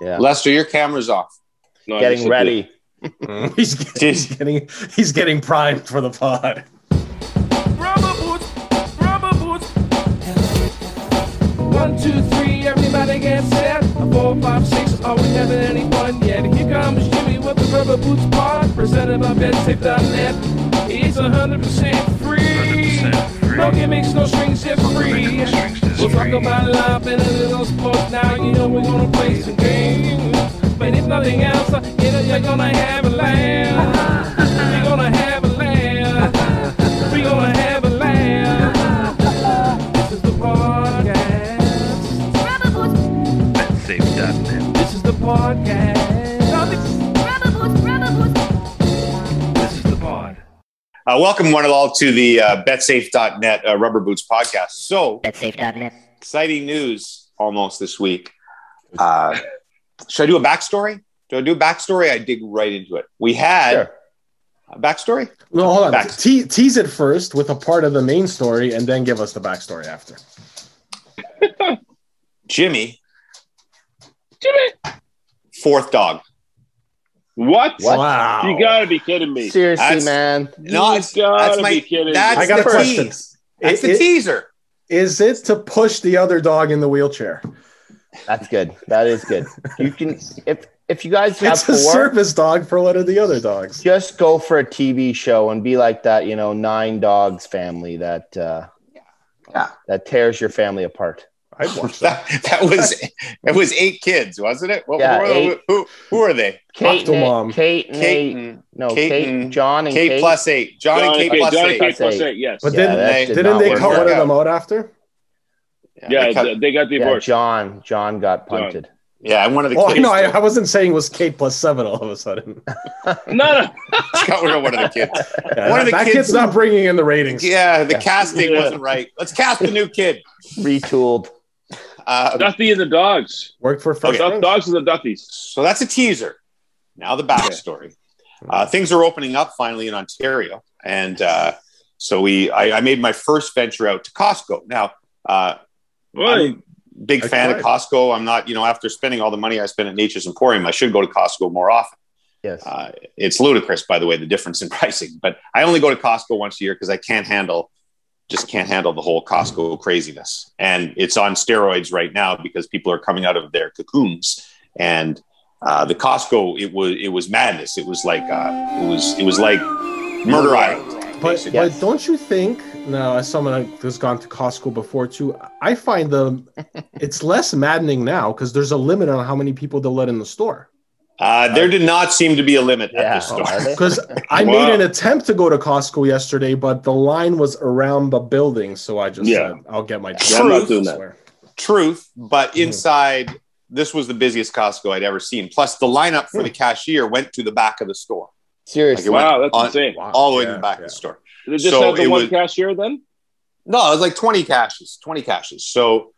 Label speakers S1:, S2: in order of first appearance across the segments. S1: Yeah.
S2: Lester, your camera's off. No, you should
S1: Getting
S2: be-
S1: ready.
S3: he's, getting, he's getting he's getting primed for the pod.
S4: Rubber boots, rubber boots. One, two, three, everybody get set. Four, five, six, are we having anyone yet? Here comes Jimmy with the rubber boots pod, presented by BedSafe.net. It's a hundred percent free. No gimmicks, no strings, it's free. We'll talk about life and a little sports. Now you know we're gonna play some games. But if nothing else, uh, you know you're gonna have a laugh. You're gonna have a laugh. We're gonna have a laugh. This is the podcast.
S5: Rubber boots,
S4: This is the podcast.
S5: rubber boots, rubber boots.
S2: Uh, welcome, one and all, to the uh, betsafe.net uh, Rubber Boots podcast. So
S5: BetSafe.net.
S2: exciting news almost this week. Uh, should I do a backstory? Do I do a backstory? I dig right into it. We had
S1: Sure.
S2: a backstory.
S3: Well, hold on.
S2: Back-
S3: Te- tease it first with a part of the main story, and then give us the backstory after.
S2: Jimmy,
S6: Jimmy,
S2: fourth dog.
S6: what?
S3: Wow!
S6: You gotta be kidding me.
S1: Seriously,
S2: That's-
S1: man.
S2: No,
S6: you
S2: it's-
S6: gotta
S2: that's
S6: be
S2: my-
S6: kidding
S2: that's-
S6: me.
S3: I got
S2: the
S3: a question.
S2: tease. That's
S3: Is,
S2: the
S3: is,
S2: teaser.
S3: is it to push the other dog in the wheelchair?
S1: That's good. That is good. You can if if you guys have
S3: It's a
S1: four,
S3: service dog for one of the other dogs.
S1: just go for a TV show and be like that, you know, nine dogs family that uh
S2: Yeah.
S1: that tears your family apart.
S3: I'd watch that.
S2: That, that was it was eight kids, wasn't it? What,
S1: Yeah,
S2: who,
S1: eight.
S2: Who, who are they?
S1: Kate and
S3: Octomom.
S1: eight, Kate and
S2: Kate,
S1: eight,
S2: and-
S1: no
S2: Kate
S1: Kate,
S2: and-
S1: John and Kate,
S2: Kate plus eight. John,
S6: John,
S2: and Kate
S6: Kate,
S2: plus
S6: John
S2: eight.
S6: Kate plus
S1: That's eight.
S6: eight. Yes.
S3: But
S1: Yeah,
S3: didn't
S1: that
S2: they-
S1: did
S3: didn't
S1: not
S3: they
S1: work
S3: cut one
S1: out.
S3: of them out after?
S6: yeah,
S2: they cut-
S6: th- they got
S1: Yeah,
S6: divorced.
S1: John John got
S6: John.
S1: punted.
S2: yeah, and one of the
S3: Oh
S2: kids
S3: no, I, I wasn't saying it was Kate plus seven all of a sudden.
S6: no, no.
S2: got rid of one of the kids.
S3: Yeah,
S2: One of the
S3: that
S2: kids-
S3: kid's not bringing in the ratings.
S2: Yeah, the casting
S6: Yeah.
S2: wasn't right. Let's cast a new kid.
S1: Retooled.
S2: Uh,
S6: Dusty and the dogs.
S3: Worked for
S6: The
S3: first. Prince.
S6: dogs and the Duthies.
S2: so that's a teaser. Now the backstory. Uh, things are opening up finally in Ontario, and uh, so we. I, I made my first venture out to Costco. Now uh,
S6: Boy,
S2: I'm a big
S3: That's
S2: fan of
S3: right.
S2: Costco. I'm not, you know, after spending all the money I spent at Nature's Emporium, I should go to Costco more often.
S1: Yes.
S2: Uh, it's ludicrous, by the way, the difference in pricing. But I only go to Costco once a year because I can't handle, just can't handle the whole Costco craziness. And it's on steroids right now because people are coming out of their cocoons. And uh, the Costco, it was it was madness. It was like uh, it was it was like murder island.
S3: But,
S2: basically.
S3: but don't you think now as someone who's gone to Costco before too, I find the it's less maddening now because there's a limit on how many people they'll let in the store.
S2: Uh, there did not seem to be a limit at
S1: Yeah.
S2: this
S1: Oh,
S2: store.
S1: are they?
S3: Because I
S6: Wow.
S3: made an attempt to go to Costco yesterday, but the line was around the building, so I just
S6: Yeah.
S3: said, "I'll get my."
S2: Yeah, I'm not
S3: Truth.
S6: doing that.
S3: Swear.
S2: truth, but
S3: Mm-hmm.
S2: inside this was the busiest Costco I'd ever seen. Plus, the lineup for the
S3: Hmm.
S2: cashier went to the back of the store,
S1: Seriously.
S2: Like,
S6: wow, that's
S2: on-
S6: insane.
S3: Wow.
S2: all the way to
S3: Yeah,
S2: the back
S3: yeah.
S2: of the store.
S6: They just
S2: So
S6: had the
S2: it
S6: one
S2: was-
S6: cashier then.
S2: No, it was like twenty caches, twenty caches. So,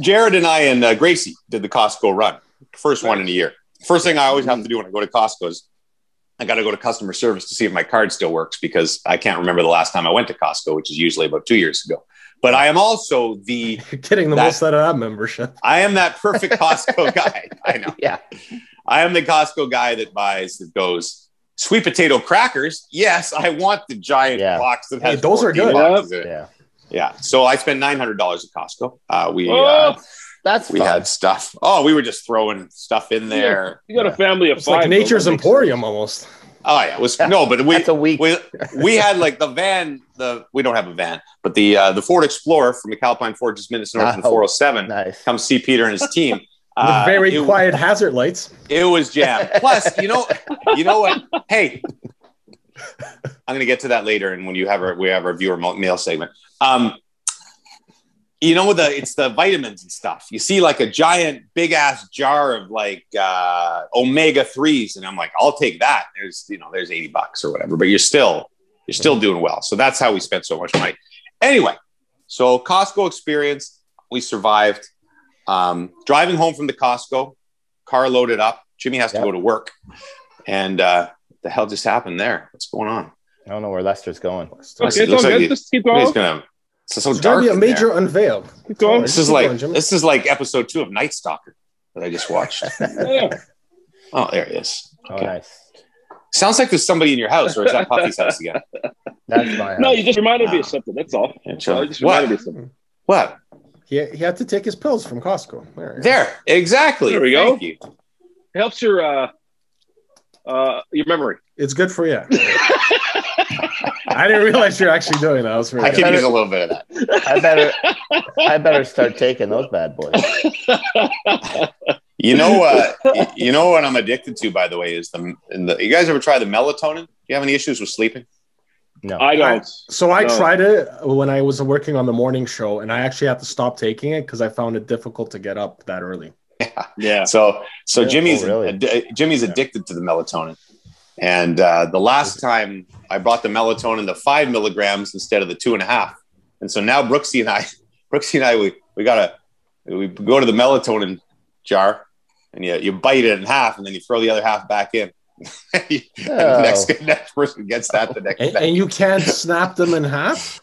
S2: Jared and I and uh, Gracie did the Costco run, first one in a year. First thing I always have to do when I go to Costco is I got to go to customer service to see if my card still works because I can't remember the last time I went to Costco, which is usually about two years ago. But I am also the
S3: You're getting the
S2: That-
S3: most out of that membership.
S2: I am that perfect Costco guy. I know.
S1: Yeah.
S2: I am the Costco guy that buys that goes sweet potato crackers. Yes, I want the giant
S1: Yeah.
S2: box that
S3: Hey,
S2: has
S3: those are
S2: 14
S3: good.
S2: boxes in it.
S1: Yeah.
S2: Yeah. So I spent nine hundred dollars at Costco. Uh, we uh,
S6: oh,
S1: That's
S2: we
S1: fun.
S2: had stuff. Oh, we were just throwing stuff in there.
S6: you got a family of
S3: It's
S6: five.
S3: like Nature's
S6: though, that makes
S3: Emporium almost.
S2: Oh yeah, it was no, but we
S1: That's a week.
S2: we we had like the van. The we don't have a van, but the uh, the Ford Explorer from the Calpine Ford just minutes north of the
S1: Oh.
S2: four hundred seven.
S1: nice.
S2: Come see Peter and his team. Uh,
S3: the very
S2: it-
S3: quiet hazard lights.
S2: It was jam. Plus, you know, you know what? Hey, I'm gonna get to that later, and when you have our we have our viewer mo- mail segment. Um, you know the it's the vitamins and stuff. You see like a giant big ass jar of like uh, omega threes, and I'm like, I'll take that. There's you know there's eighty bucks or whatever, but you're still you're still doing well. So that's how we spent so much money. Anyway, so Costco experience, we survived. Um, driving home from the Costco, car loaded up. Jimmy has
S1: Yep.
S2: to go to work, and uh, what the hell just happened there? What's going on?
S1: I don't know where Lester's going. Oh,
S6: sense.
S2: It
S6: Okay, it's all
S2: looks like
S6: good.
S2: you-
S6: Just keep
S2: Somebody's
S6: going.
S2: gonna. It's so
S3: It's
S2: dark.
S3: gonna be a
S2: in there.
S3: major unveil.
S6: Keep going.
S2: This is
S3: Keep
S2: like
S3: going, Jimmy.
S2: this is like episode two of Night Stalker. that I just watched.
S6: Yeah.
S2: oh, there it is.
S1: Oh,
S2: Okay.
S1: nice.
S2: Sounds like there's somebody in your house, or is that Puffy's house again?
S1: That's my
S6: No,
S1: house.
S6: you just reminded me of something. That's all.
S2: Yeah,
S6: That's all.
S2: chill.
S6: You just reminded
S2: What?
S6: me of something.
S2: What?
S3: He, he had to take his pills from Costco. There. he is.
S2: There. Exactly.
S6: There we go.
S2: Thank you.
S6: It helps your uh, uh, your memory.
S3: It's good for you. I didn't realize you're actually doing that. That was really
S2: I
S3: good.
S2: could use a little bit of that.
S1: I better I better start taking those bad boys.
S2: You know what? you know what I'm addicted to, by the way, is the, in the. You guys ever try the melatonin? Do you have any issues with sleeping?
S6: I don't.
S3: So I
S6: No.
S3: tried it when I was working on the morning show, and I actually had to stop taking it because I found it difficult to get up that early.
S6: Yeah.
S2: So, so
S1: Yeah.
S2: Jimmy's
S1: Oh, really?
S2: ad- Jimmy's addicted to the melatonin, and uh, the last time I brought the melatonin to five milligrams instead of the two and a half, and so now Brooksy and I, Brooksy and I, we we gotta we go to the melatonin jar, and you you bite it in half, and then you throw the other half back in. and the
S1: Oh.
S2: next next person gets that the next
S3: And,
S2: night.
S3: and you can't snap them in half.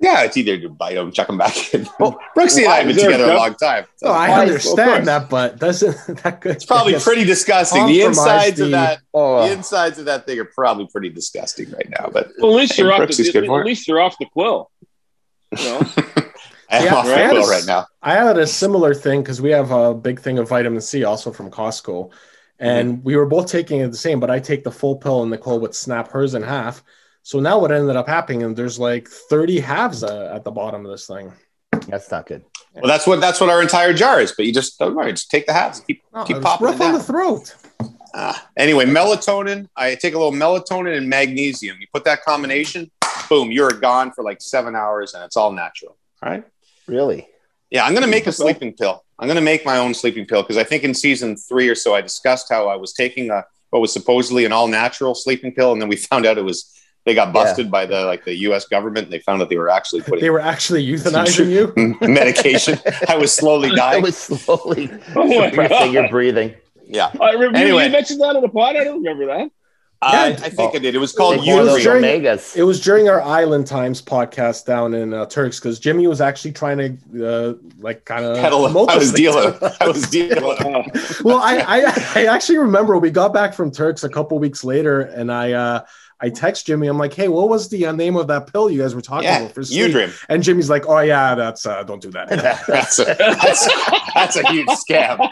S2: Yeah, it's either you bite them, chuck them back in.
S1: Well,
S2: Brooksy and I have
S6: why-
S2: been
S6: is there a
S2: together a
S6: cup?
S2: long time.
S3: No, Oh, I
S2: Why-
S6: of course.
S3: understand that, but doesn't that could,
S2: It's probably pretty disgusting. The
S3: Compromise
S2: insides of
S3: the-
S2: that the
S1: Oh,
S2: insides of that thing are probably pretty disgusting right now, but
S6: Well, at least
S2: Hey,
S6: you're off.
S2: Brooks is
S6: The,
S2: good for
S6: at
S2: it.
S6: least you're off the quill. You know?
S2: I'm
S3: Yeah,
S2: off the
S3: right.
S2: quill right now.
S3: I had a similar thing because we have a big thing of vitamin C also from Costco. And we were both taking it the same, but I take the full pill and Nicole would snap hers in half. So now what ended up happening, and there's like 30 halves uh, at the bottom of this thing.
S1: that's not good.
S2: Well, that's what that's what our entire jar is. But you just don't worry, just take the halves. Keep,
S3: No,
S2: keep
S3: it's
S2: popping it
S3: rough on the
S2: down.
S3: throat.
S2: Ah. anyway, melatonin. I take a little melatonin and magnesium. You put that combination, boom, you're gone for like seven hours, and it's all natural. All right.
S1: Really?
S2: Yeah, I'm gonna make a sleeping pill. I'm gonna make my own sleeping pill because I think in season three or so I discussed how I was taking a what was supposedly an all natural sleeping pill, and then we found out it was they got busted by the like the U.S. government. And they found out they were actually
S3: They
S2: putting
S3: were actually euthanizing you.
S2: medication. I was slowly
S1: I
S2: dying.
S1: was slowly
S6: Oh my
S1: suppressing your
S6: god!
S1: breathing.
S2: Yeah,
S6: I remember
S2: Anyway.
S6: you mentioned that in the pod. I don't remember that.
S2: I, I
S3: Yeah.
S2: think I did. It was called
S1: Take one of those
S2: Urea.
S3: during-
S1: omegas.
S3: It was during our Island Times podcast down in uh, Turks because Jimmy was actually trying to uh, like kind of
S2: Pedal. I was dealing. I was dealing.
S6: Uh,
S3: well, I, I I actually remember we got back from Turks a couple weeks later, and I uh, I text Jimmy. I'm like, hey, what was the uh, name of that pill you guys were talking
S2: Yeah,
S3: about for sleep?
S2: Udrim.
S3: And Jimmy's like, oh yeah, that's uh, don't do that.
S2: That's a, that's, that's a huge scam.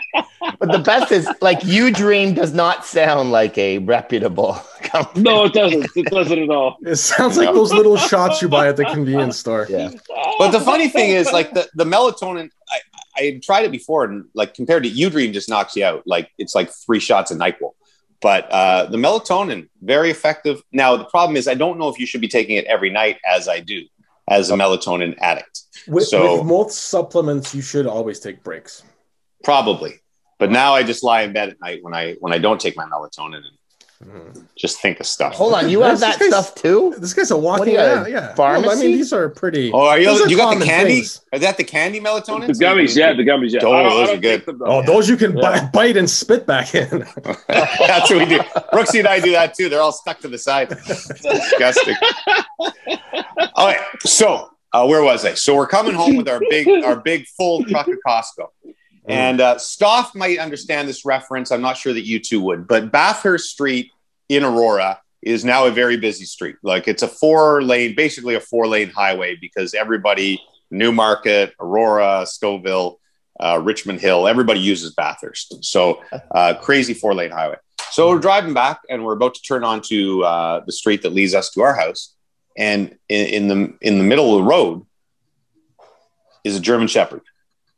S1: But the best is like you dream does not sound like a reputable company.
S6: no, it doesn't. It doesn't at all.
S3: it sounds like those little shots you buy at the convenience store.
S1: Yeah.
S2: But
S6: Oh,
S2: the funny thing is, like the, the melatonin, I, I had tried it before, and like compared to Udream, just knocks you out. Like it's like three shots of Nyquil. But uh, the melatonin, very effective. Now the problem is, I don't know if you should be taking it every night, as I do, as a melatonin addict.
S3: With,
S2: So-
S3: with most supplements, you should always take breaks.
S2: Probably. But now I just lie in bed at night when I when I don't take my melatonin and just think of stuff.
S1: Hold on, you have that stuff too?
S3: Mm-hmm. This guy's a
S1: do
S3: walking.
S1: you got,
S3: Yeah,
S1: a
S3: yeah.
S1: pharmacy?
S3: I mean, these are pretty.
S2: Oh, are
S3: Those
S2: you?
S3: are
S2: You got the
S3: common
S2: candy?
S3: things.
S2: Is that the candy melatonin?
S6: The gummies, yeah, the gummies, yeah.
S2: Oh,
S6: I don't-
S2: those are
S6: I don't
S2: good.
S6: take them, though.
S3: Oh, those you can
S6: Yeah.
S3: bite, bite and spit back in.
S2: That's what we do. Brooksy and I do that too. They're all stuck to the side. It's disgusting. all right. So uh, where was I? So we're coming home with our big our big full truck of Costco. And uh, Stoff might understand this reference. I'm not sure that you two would, but Bathurst Street in Aurora is now a very busy street. Like it's a four lane, basically a four lane highway because everybody, Newmarket, Aurora, Scoville, uh, Richmond Hill, everybody uses Bathurst. So uh, crazy four lane highway. So we're driving back and we're about to turn onto uh, the street that leads us to our house. And in, in the in the middle of the road is a German Shepherd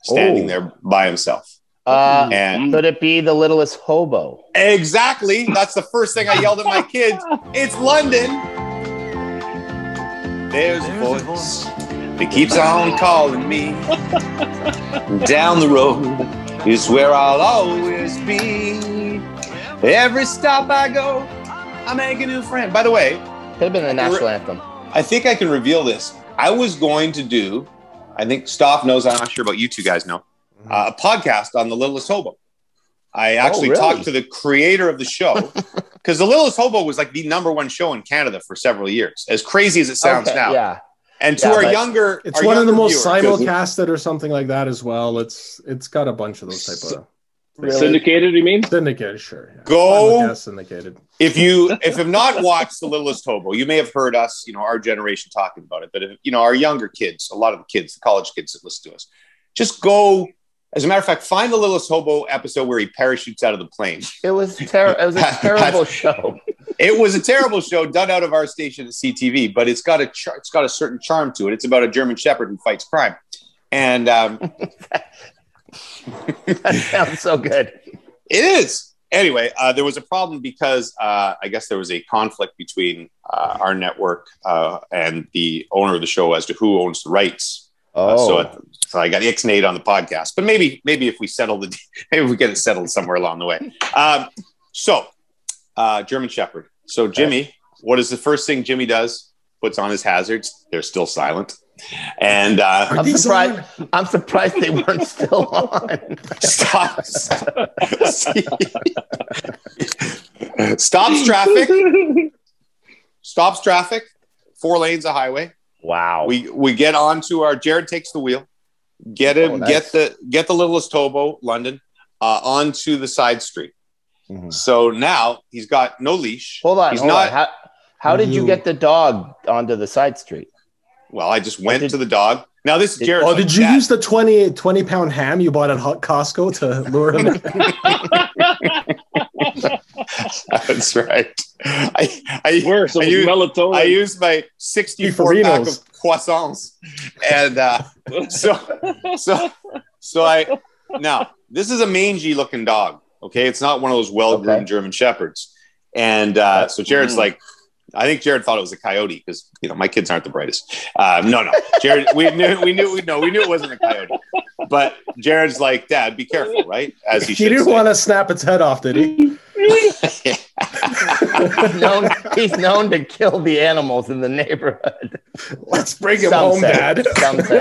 S2: standing
S1: Oh.
S2: there by himself.
S1: Uh,
S2: And
S1: could it be the littlest hobo?
S2: Exactly. That's the first thing I yelled at my kids. It's London. There's a voice that keeps on calling me. Down the road is where I'll always be. Every stop I go, I make a new friend. By the way,
S1: Could have been the national anthem.
S2: I think I can reveal this. I was going to do, I think Stoff knows, I'm not sure about you two guys know, uh, a podcast on The Littlest Hobo. I actually
S1: really?
S2: talked to the creator of the show because The Littlest Hobo was like the number one show in Canada for several years, as crazy as it sounds
S1: Okay,
S2: now.
S1: Yeah.
S2: And to
S1: Yeah,
S2: our
S1: but-
S2: younger,
S3: It's
S2: our
S3: one of the
S2: younger
S3: most
S2: viewers-
S3: simulcasted or something like that as well. It's it's got a bunch of those type of
S1: Really?
S6: Syndicated, you mean?
S3: Syndicated, sure. Yeah.
S2: Go-
S3: I would guess syndicated.
S2: if you if have not watched the littlest hobo you may have heard us you know our generation talking about it but if, you know our younger kids a lot of the kids the college kids that listen to us just go as a matter of fact find the littlest hobo episode where he parachutes out of the plane
S1: It was terrible. It was a
S2: That's-
S1: terrible show.
S2: it was a terrible show done out of our station at ctv but it's got a char- it's got a certain charm to it it's about a german shepherd who fights crime and um,
S1: That sounds so good.
S2: It is. Anyway, uh, there was a problem because uh, I guess there was a conflict between uh, our network uh, and the owner of the show as to who owns the rights. Uh,
S1: Oh.
S2: so, it, so I got ixnayed on the podcast. But maybe maybe if we settle the maybe we get it settled somewhere along the way. Um, so uh, German Shepherd. So Jimmy, what is the first thing Jimmy does? Puts on his hazards. They're still silent, and uh,
S1: I'm
S3: These
S1: surprised. I'm surprised they weren't still on.
S2: stop, stops traffic stops traffic four lanes of highway
S1: Wow.
S2: we we get onto our jared takes the wheel get him
S1: Oh, nice.
S2: get the get the littlest hobo london uh, onto the side street
S1: Mhm.
S2: so now he's got no leash
S1: Hold on.
S2: he's
S1: hold
S2: not
S1: on. How, how did you
S3: You-
S1: get the dog onto the side street?
S2: well i just went
S1: Did-
S2: to the dog now this is
S1: Did-
S2: jared
S3: Oh, did you use the 20, 20 pound ham you bought at Hot Costco to lure him? in?
S2: that's right i i
S6: Where's some
S2: Are you-
S6: melatonin?
S2: I used my 64 pack of
S3: Farinos.
S2: croissants. And uh, so, so, so I, now this is a mangy looking dog. Okay. It's not one of those well groomed
S1: Okay.
S2: German Shepherds. And uh, so Jared's like, I think Jared thought it was a coyote because, you know, my kids aren't the brightest. Uh, no, no. Jared, we knew, we knew, no, we knew it wasn't a coyote. But Jared's like, Dad, be careful, right? As he
S3: He
S2: should.
S3: didn't
S2: say.
S3: want to snap its head off, did he?
S1: He's known, he's known to kill the animals in the neighborhood.
S3: Let's bring him
S1: Some
S3: home,
S1: say,
S3: Dad.
S1: Some say.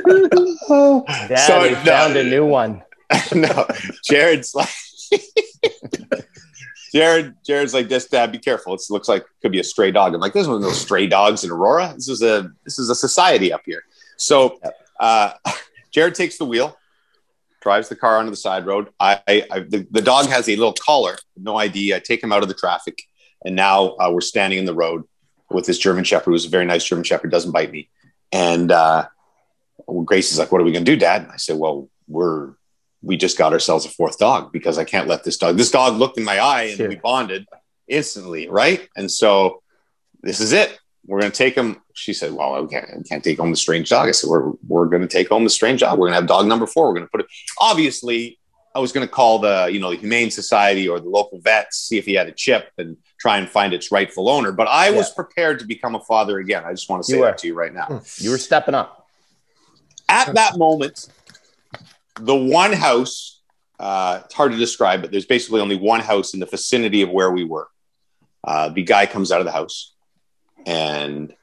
S1: Dad,
S2: So,
S1: we
S2: no.
S1: found a new one.
S2: no, Jared's like Jared. Jared's like this. Dad, be careful. It looks like could be a stray dog. I'm like, this one no stray dogs in Aurora. This is a this is a society up here. So, uh, Jared takes the wheel, drives the car onto the side road. I, I, I the, the dog has a little collar, no ID. I take him out of the traffic, and now uh, we're standing in the road with this German Shepherd, who's a very nice German Shepherd, doesn't bite me, and. uh, Grace is like, "What are we going to do, Dad?" And I said, "Well, we're we just got ourselves a fourth dog because I can't let this dog. This dog looked in my eye and
S1: Sure.
S2: we bonded instantly, right? And so this is it. We're going to take him. She said, "Well, I can't, I can't take home the strange dog." I said, "We're we're going to take home the strange dog. We're going to have dog number four. We're going to put it." Obviously, I was going to call the you know the humane society or the local vets see if he had a chip and try and find its rightful owner. But I was prepared to become a father again. I just want to say
S1: You were.
S2: that to you right now
S1: You were stepping up.
S2: at that moment, the one house, uh, it's hard to describe, but there's basically only one house in the vicinity of where we were. Uh, the guy comes out of the house and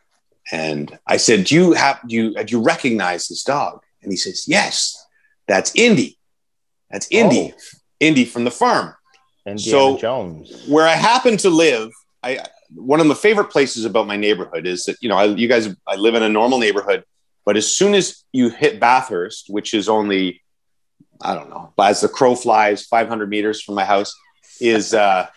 S2: and I said, Do you have do you uh, do you recognize this dog? And he says, Yes, that's Indy. That's Indy. Indy from the farm
S1: Indiana
S2: So-
S1: Jones.
S2: where I happen to live, I one of my favorite places about my neighborhood is that you know I, you guys I live in a normal neighborhood, but as soon as you hit Bathurst, which is only I don't know, as the crow flies, 500 meters from my house is uh,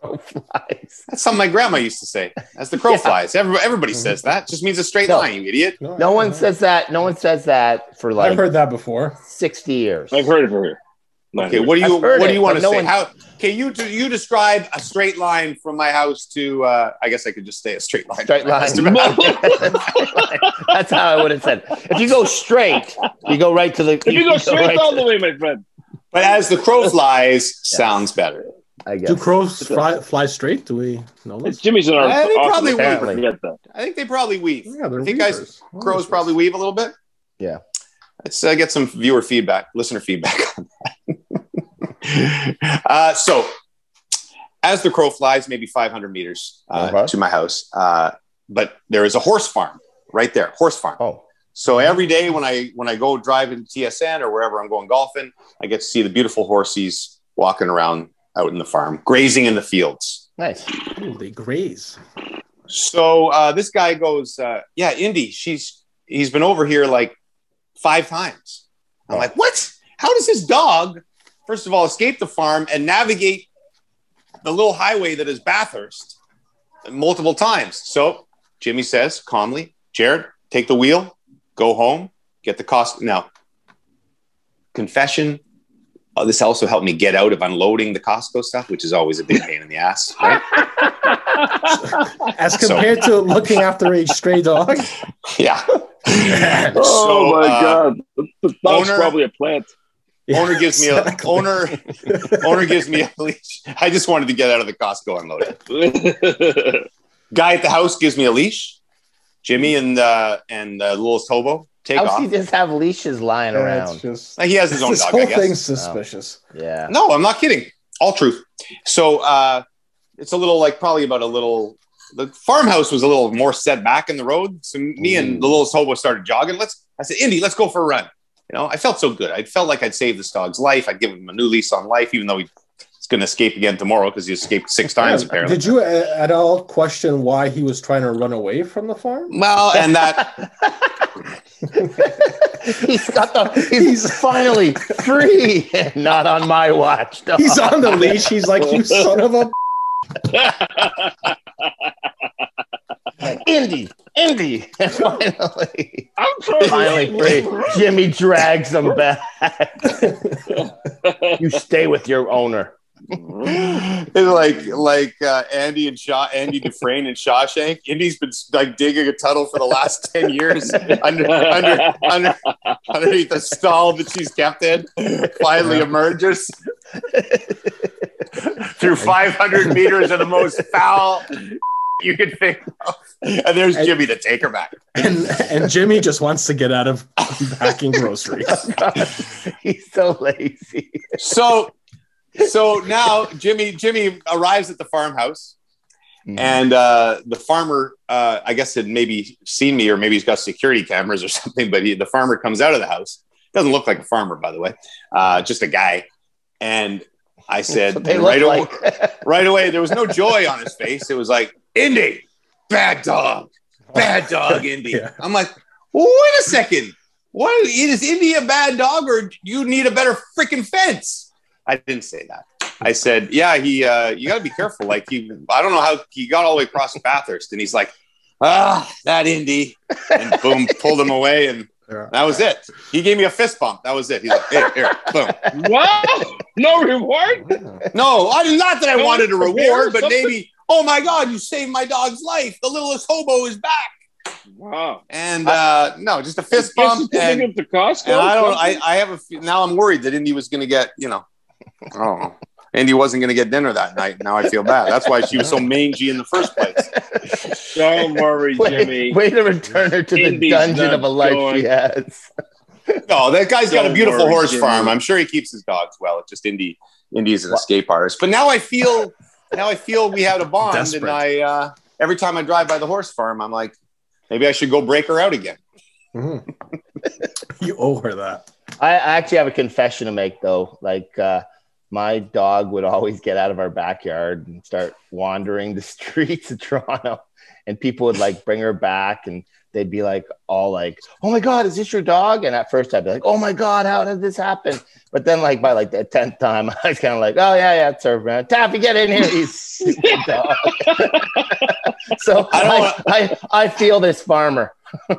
S1: Oh, flies.
S2: that's something my grandma used to say. As the crow
S1: Yeah. Mm-hmm.
S2: flies, everybody, everybody says that. Just means a straight
S1: No.
S2: line, you idiot.
S1: No one
S3: I-
S1: says that. No one says that for
S3: I've
S1: like
S3: heard that before.
S1: 60 years.
S6: I've heard of her. Not
S2: Okay,
S6: here.
S2: what do you
S1: I've heard
S2: what do you
S1: it,
S2: want
S1: but
S2: to
S1: no
S2: say?
S1: one-
S2: How can you you describe a straight line from my house to? Uh, I guess I could just say a straight line.
S1: Straight line.
S2: That's about-
S1: That's how I would have said. it. If you go straight, you go right to the.
S6: If you go straight
S1: right
S6: all
S1: to-
S6: the way, my friend.
S2: But as the crow flies, sounds better.
S1: I guess.
S3: Do crows fly, fly straight? Do we know this?
S6: Jimmy's in our
S2: Yeah, they
S6: office.
S2: probably
S6: I
S1: would.
S6: forget that.
S2: I think they probably weave.
S3: Yeah, they're
S2: I think guys-
S3: weavers. Oh,
S2: Crows probably weave a little bit.
S1: Yeah.
S2: Let's uh, get some viewer feedback, listener feedback on that. uh, so, as the crow flies, maybe 500 meters uh,
S1: Uh-huh.
S2: to my house, uh, but there is a horse farm right there, horse farm.
S1: Oh,
S2: So every day when I when I go driving to TSN or wherever I'm going golfing, I get to see the beautiful horses walking around out in the farm, grazing in the fields.
S1: nice.
S3: Ooh, they graze.
S2: So uh, this guy goes, uh, yeah, Indy, she's he's been over here like five times. I'm like, what? How does his dog, first of all, escape the farm and navigate the little highway that is Bathurst multiple times? So Jimmy says calmly, Jared, take the wheel, go home, get the cost. Now, confession. Uh, this also helped me get out of unloading the Costco stuff, which is always a big pain in the ass. Right?
S3: As
S2: So-
S3: compared to looking after a stray dog,
S2: yeah.
S6: oh
S2: So,
S6: my
S2: uh,
S6: god, the dog's
S2: owner-
S6: probably a plant.
S2: owner gives me a
S3: Exactly.
S2: owner owner gives me a leash. I just wanted to get out of the Costco unloading. Guy at the house gives me a leash. Jimmy and uh, and uh, little Tobo take
S1: How
S2: off.
S1: does he just have leashes lying
S3: Yeah,
S1: around? Oh.
S3: it's just
S2: Like, he has his own
S3: this
S2: dog,
S3: whole
S2: I guess.
S3: thing's suspicious.
S1: Yeah.
S2: No, I'm not kidding. All truth. So uh, it's a little like probably about a little. The farmhouse was a little more set back in the road. So me and the little hobo started jogging. Let's. I said, Indy, let's go for a run. You know, I felt so good. I felt like I'd saved this dog's life. I'd given him a new lease on life, even though he- he's going to escape again tomorrow because he escaped six times
S3: Yeah.
S2: apparently.
S3: Did you uh, at all question why he was trying to run away from the farm?
S2: Well, and that
S1: he's got the. He's,
S3: He's-
S1: finally free. Not on my watch. dog.
S3: He's on the leash. He's like, you son of a.
S1: Indy. Indy. And finally,
S6: I'm trying
S1: finally free. Jimmy drags him back. you stay with your owner.
S2: it's like like uh, Andy and Shaw, Andy Dufresne and Shawshank. Indy's been like digging a tunnel for the last ten years under under, under underneath the stall that she's kept in. Finally emerges through five hundred meters of the most foul you could think of, and there's Jimmy to take her back.
S3: And, and Jimmy just wants to get out of packing groceries.
S1: he's so lazy.
S2: So so now Jimmy Jimmy arrives at the farmhouse.
S1: Mm-hmm.
S2: And uh, the farmer, uh, I guess, had maybe seen me, or maybe he's got security cameras or something. But he, the farmer comes out of the house. Doesn't look like a farmer, by the way. Uh, just a guy. And I
S1: That's
S2: said,
S1: what they
S2: right,
S1: look
S2: away,
S1: like.
S2: right away, there was no joy on his face. It was like, Indy, bad dog, bad dog, Indy.
S3: Yeah.
S2: I'm like, well, wait a second. What is Indy a bad dog, or do you need a better freaking fence? I didn't say that. I said, yeah, he. Uh, you got to be careful. Like he, I don't know how he got all the way across Bathurst, and he's like, ah, that Indy, and boom, pulled him away, and
S3: Yeah.
S2: that was it. He gave me a fist bump. That was it. He's like, here, here, boom.
S6: What? No reward?
S2: No, I not that I
S6: Oh,
S2: wanted a
S6: it's a
S2: reward,
S6: reward or
S2: but maybe, oh my God, you saved my dog's life. The littlest hobo is back.
S6: Wow.
S2: And uh, no, just a fist
S6: Just
S2: bump. And,
S6: taking him to Costco.
S2: and I don't,
S6: something?
S2: I, I have a, few, now I'm worried that Indy was going to get, you know, oh, Indy wasn't going to get dinner that night. Now I feel bad. That's why she was so mangy in the first place.
S6: don't worry,
S1: Way,
S6: Jimmy.
S1: way to return her to the
S6: Indy's
S1: dungeon
S6: not
S1: of a life
S6: going.
S1: she has.
S2: No, that guy's got a
S6: Don't
S2: beautiful
S6: worry,
S2: horse
S6: Jimmy.
S2: farm. I'm sure he keeps his dogs well. It's just Indy, Indy is an escape artist. But now I feel, now I feel we had a bond, and
S3: Desperate.
S2: I uh, every time I drive by the horse farm, I'm like, maybe I should go break her out again.
S3: Mhm. You owe her that.
S1: I, I actually have a confession to make though. Like uh, my dog would always get out of our backyard and start wandering the streets of Toronto, and people would like bring her back, and they'd be like all like, "Oh my god, is this your dog?" And at first I'd be like, "Oh my god, how did this happen?" But then like by like the tenth time, I was kind of like, "Oh yeah, yeah, it's her man. Taffy, get in here, you stupid dog." so
S2: I
S1: I,
S2: don't
S1: I I feel this farmer.
S2: I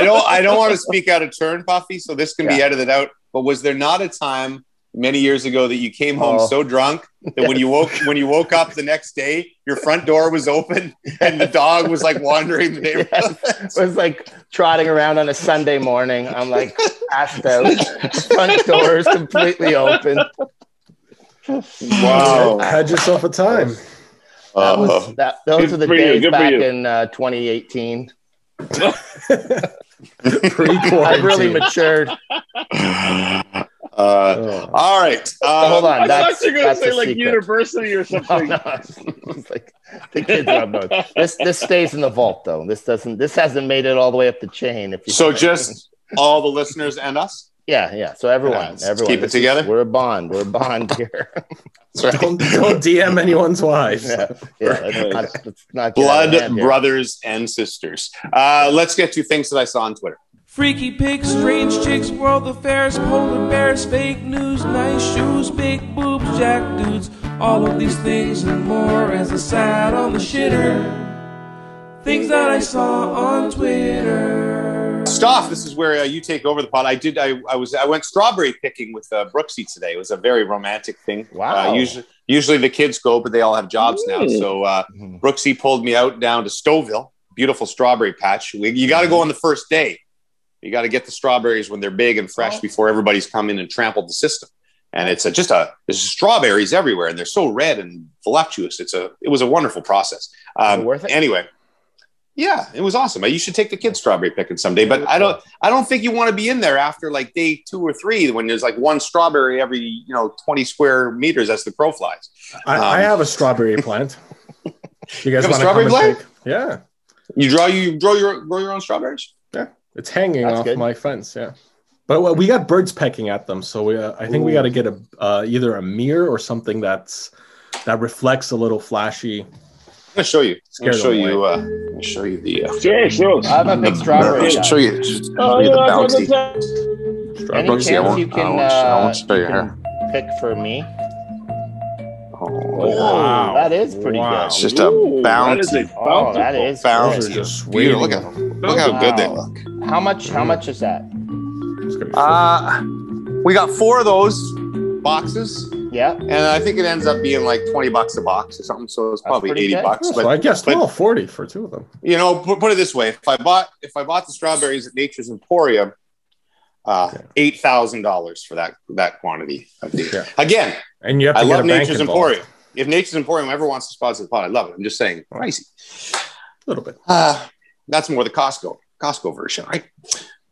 S2: don't I don't want to speak out of turn, Puffy, so this can be
S1: Yeah.
S2: edited out. But was there not a time many years ago that you came home
S1: Oh.
S2: so drunk that when you woke when you woke up the next day, your front door was open and the dog was like wandering the neighborhood?
S1: It was like trotting around on a Sunday morning. I'm like passed out. Front door is completely open.
S2: Oh.
S6: Wow.
S3: Had yourself a time.
S1: That
S2: Uh,
S1: was, that, those
S6: Good
S1: were the
S6: for you,
S1: days
S6: good for
S1: back
S6: you.
S1: in uh, 2018.
S3: Pre
S1: I
S3: quarantine.
S1: really matured.
S2: uh, all right. Uh,
S1: Hold on.
S6: I
S1: That's,
S6: thought you were going to
S1: that's
S6: say
S1: a
S6: like
S1: secret.
S6: university or
S1: Oh,
S6: something.
S1: no. It's like the kids are about. This this stays in the vault though. This doesn't. This hasn't made it all the way up the chain. If you
S2: so just all the listeners and us.
S1: yeah yeah. So everyone
S2: Yeah, let's
S1: everyone
S2: keep it
S1: this is-
S2: together.
S1: We're a bond. We're a bond here.
S2: That's right.
S3: Don't, don't DM anyone's wives.
S1: yeah yeah. Let's not, let's not get out of
S2: Blood
S1: hand here.
S2: brothers and sisters. Uh, let's get to things that I saw on Twitter.
S4: Freaky pigs, strange chicks, world affairs, polar bears, fake news, nice shoes, big boobs, jack dudes. All of these things and more as I sat on the shitter. Things that I saw on Twitter.
S2: Stoff, this is where uh, you take over the pod. I did. I, I was. I went strawberry picking with uh, Brooksy today. It was a very romantic thing.
S1: Wow.
S2: Uh, usually, usually the kids go, but they all have jobs now.
S6: Mm.
S2: So uh,
S1: Mm-hmm.
S2: Brooksy pulled me out down to Stouffville. Beautiful strawberry patch. We, you got to go on the first day. You got to get the strawberries when they're big and fresh before everybody's come in and trampled the system. And it's a, just a there's strawberries everywhere, and they're so red and voluptuous. It's a it was a wonderful process. Um,
S1: Is it worth it?
S2: Anyway, yeah, it was awesome. You should take the kids strawberry picking someday, but I don't I don't think you want to be in there after like day two or three when there's like one strawberry every you know twenty square meters as the crow flies.
S3: I,
S2: Um,
S3: I have a strawberry plant. You
S2: have
S3: guys
S2: a
S3: want to
S2: strawberry
S3: come
S2: plant?
S3: and pick? Yeah,
S2: You draw you, you grow your grow your own strawberries.
S3: it's hanging
S1: That's
S3: off
S1: good.
S3: my fence. Yeah, but well, we got birds pecking at them, so we, uh, I think we
S1: Ooh.
S3: got to get a uh, either a mirror or something that's that reflects a little flashy.
S2: I'm gonna show you. I'm
S3: Scared
S2: gonna show
S3: them away.
S2: you. Uh, I'm gonna show you the. Uh,
S6: Yeah, sure.
S1: I'm a
S2: Mm-hmm.
S1: big strawberry
S2: I'll
S1: guy.
S2: show you, show you the
S6: Oh, yeah, I got
S2: bounty.
S6: the-
S1: Any
S3: Strawberry.
S2: Brooksy, I
S1: chance
S2: won't-
S1: you
S2: I
S1: can,
S2: won't- I
S1: uh,
S2: won't show
S1: you
S2: you
S1: can pick for me?
S2: Oh,
S1: Wow. That is pretty
S3: Wow.
S2: it's
S1: good.
S2: just a
S6: Ooh, that is
S2: bounty.
S6: a
S1: Oh, that
S6: bountiful-
S1: is
S2: bounty.
S3: Those are just
S2: Beautiful. Look at
S3: waiting.
S2: them. Look how good they
S1: Wow.
S2: look.
S1: good. How much? How much is that?
S3: It's gonna be
S2: Uh, we got four of those boxes,
S1: Yeah.
S2: and I think it ends up being like twenty bucks a box or something. So it's
S1: That's
S2: probably
S1: pretty
S2: eighty
S1: good.
S2: bucks.
S3: Oh, so
S2: But
S3: I guess
S2: but-
S3: well, forty for two of them.
S2: you know, put, put it this way: if I bought if I bought the strawberries at Nature's Emporium, uh, eight thousand dollars for that that quantity. Of these.
S3: Yeah.
S2: Again,
S3: And you have to
S2: I
S3: get
S2: love
S3: a bank
S2: Nature's
S3: involved.
S2: Emporium. If Nature's Emporium ever wants to sponsor the pod, I love it. I'm just saying, pricey.
S3: A little bit.
S2: Uh, that's more the Costco Costco version, right?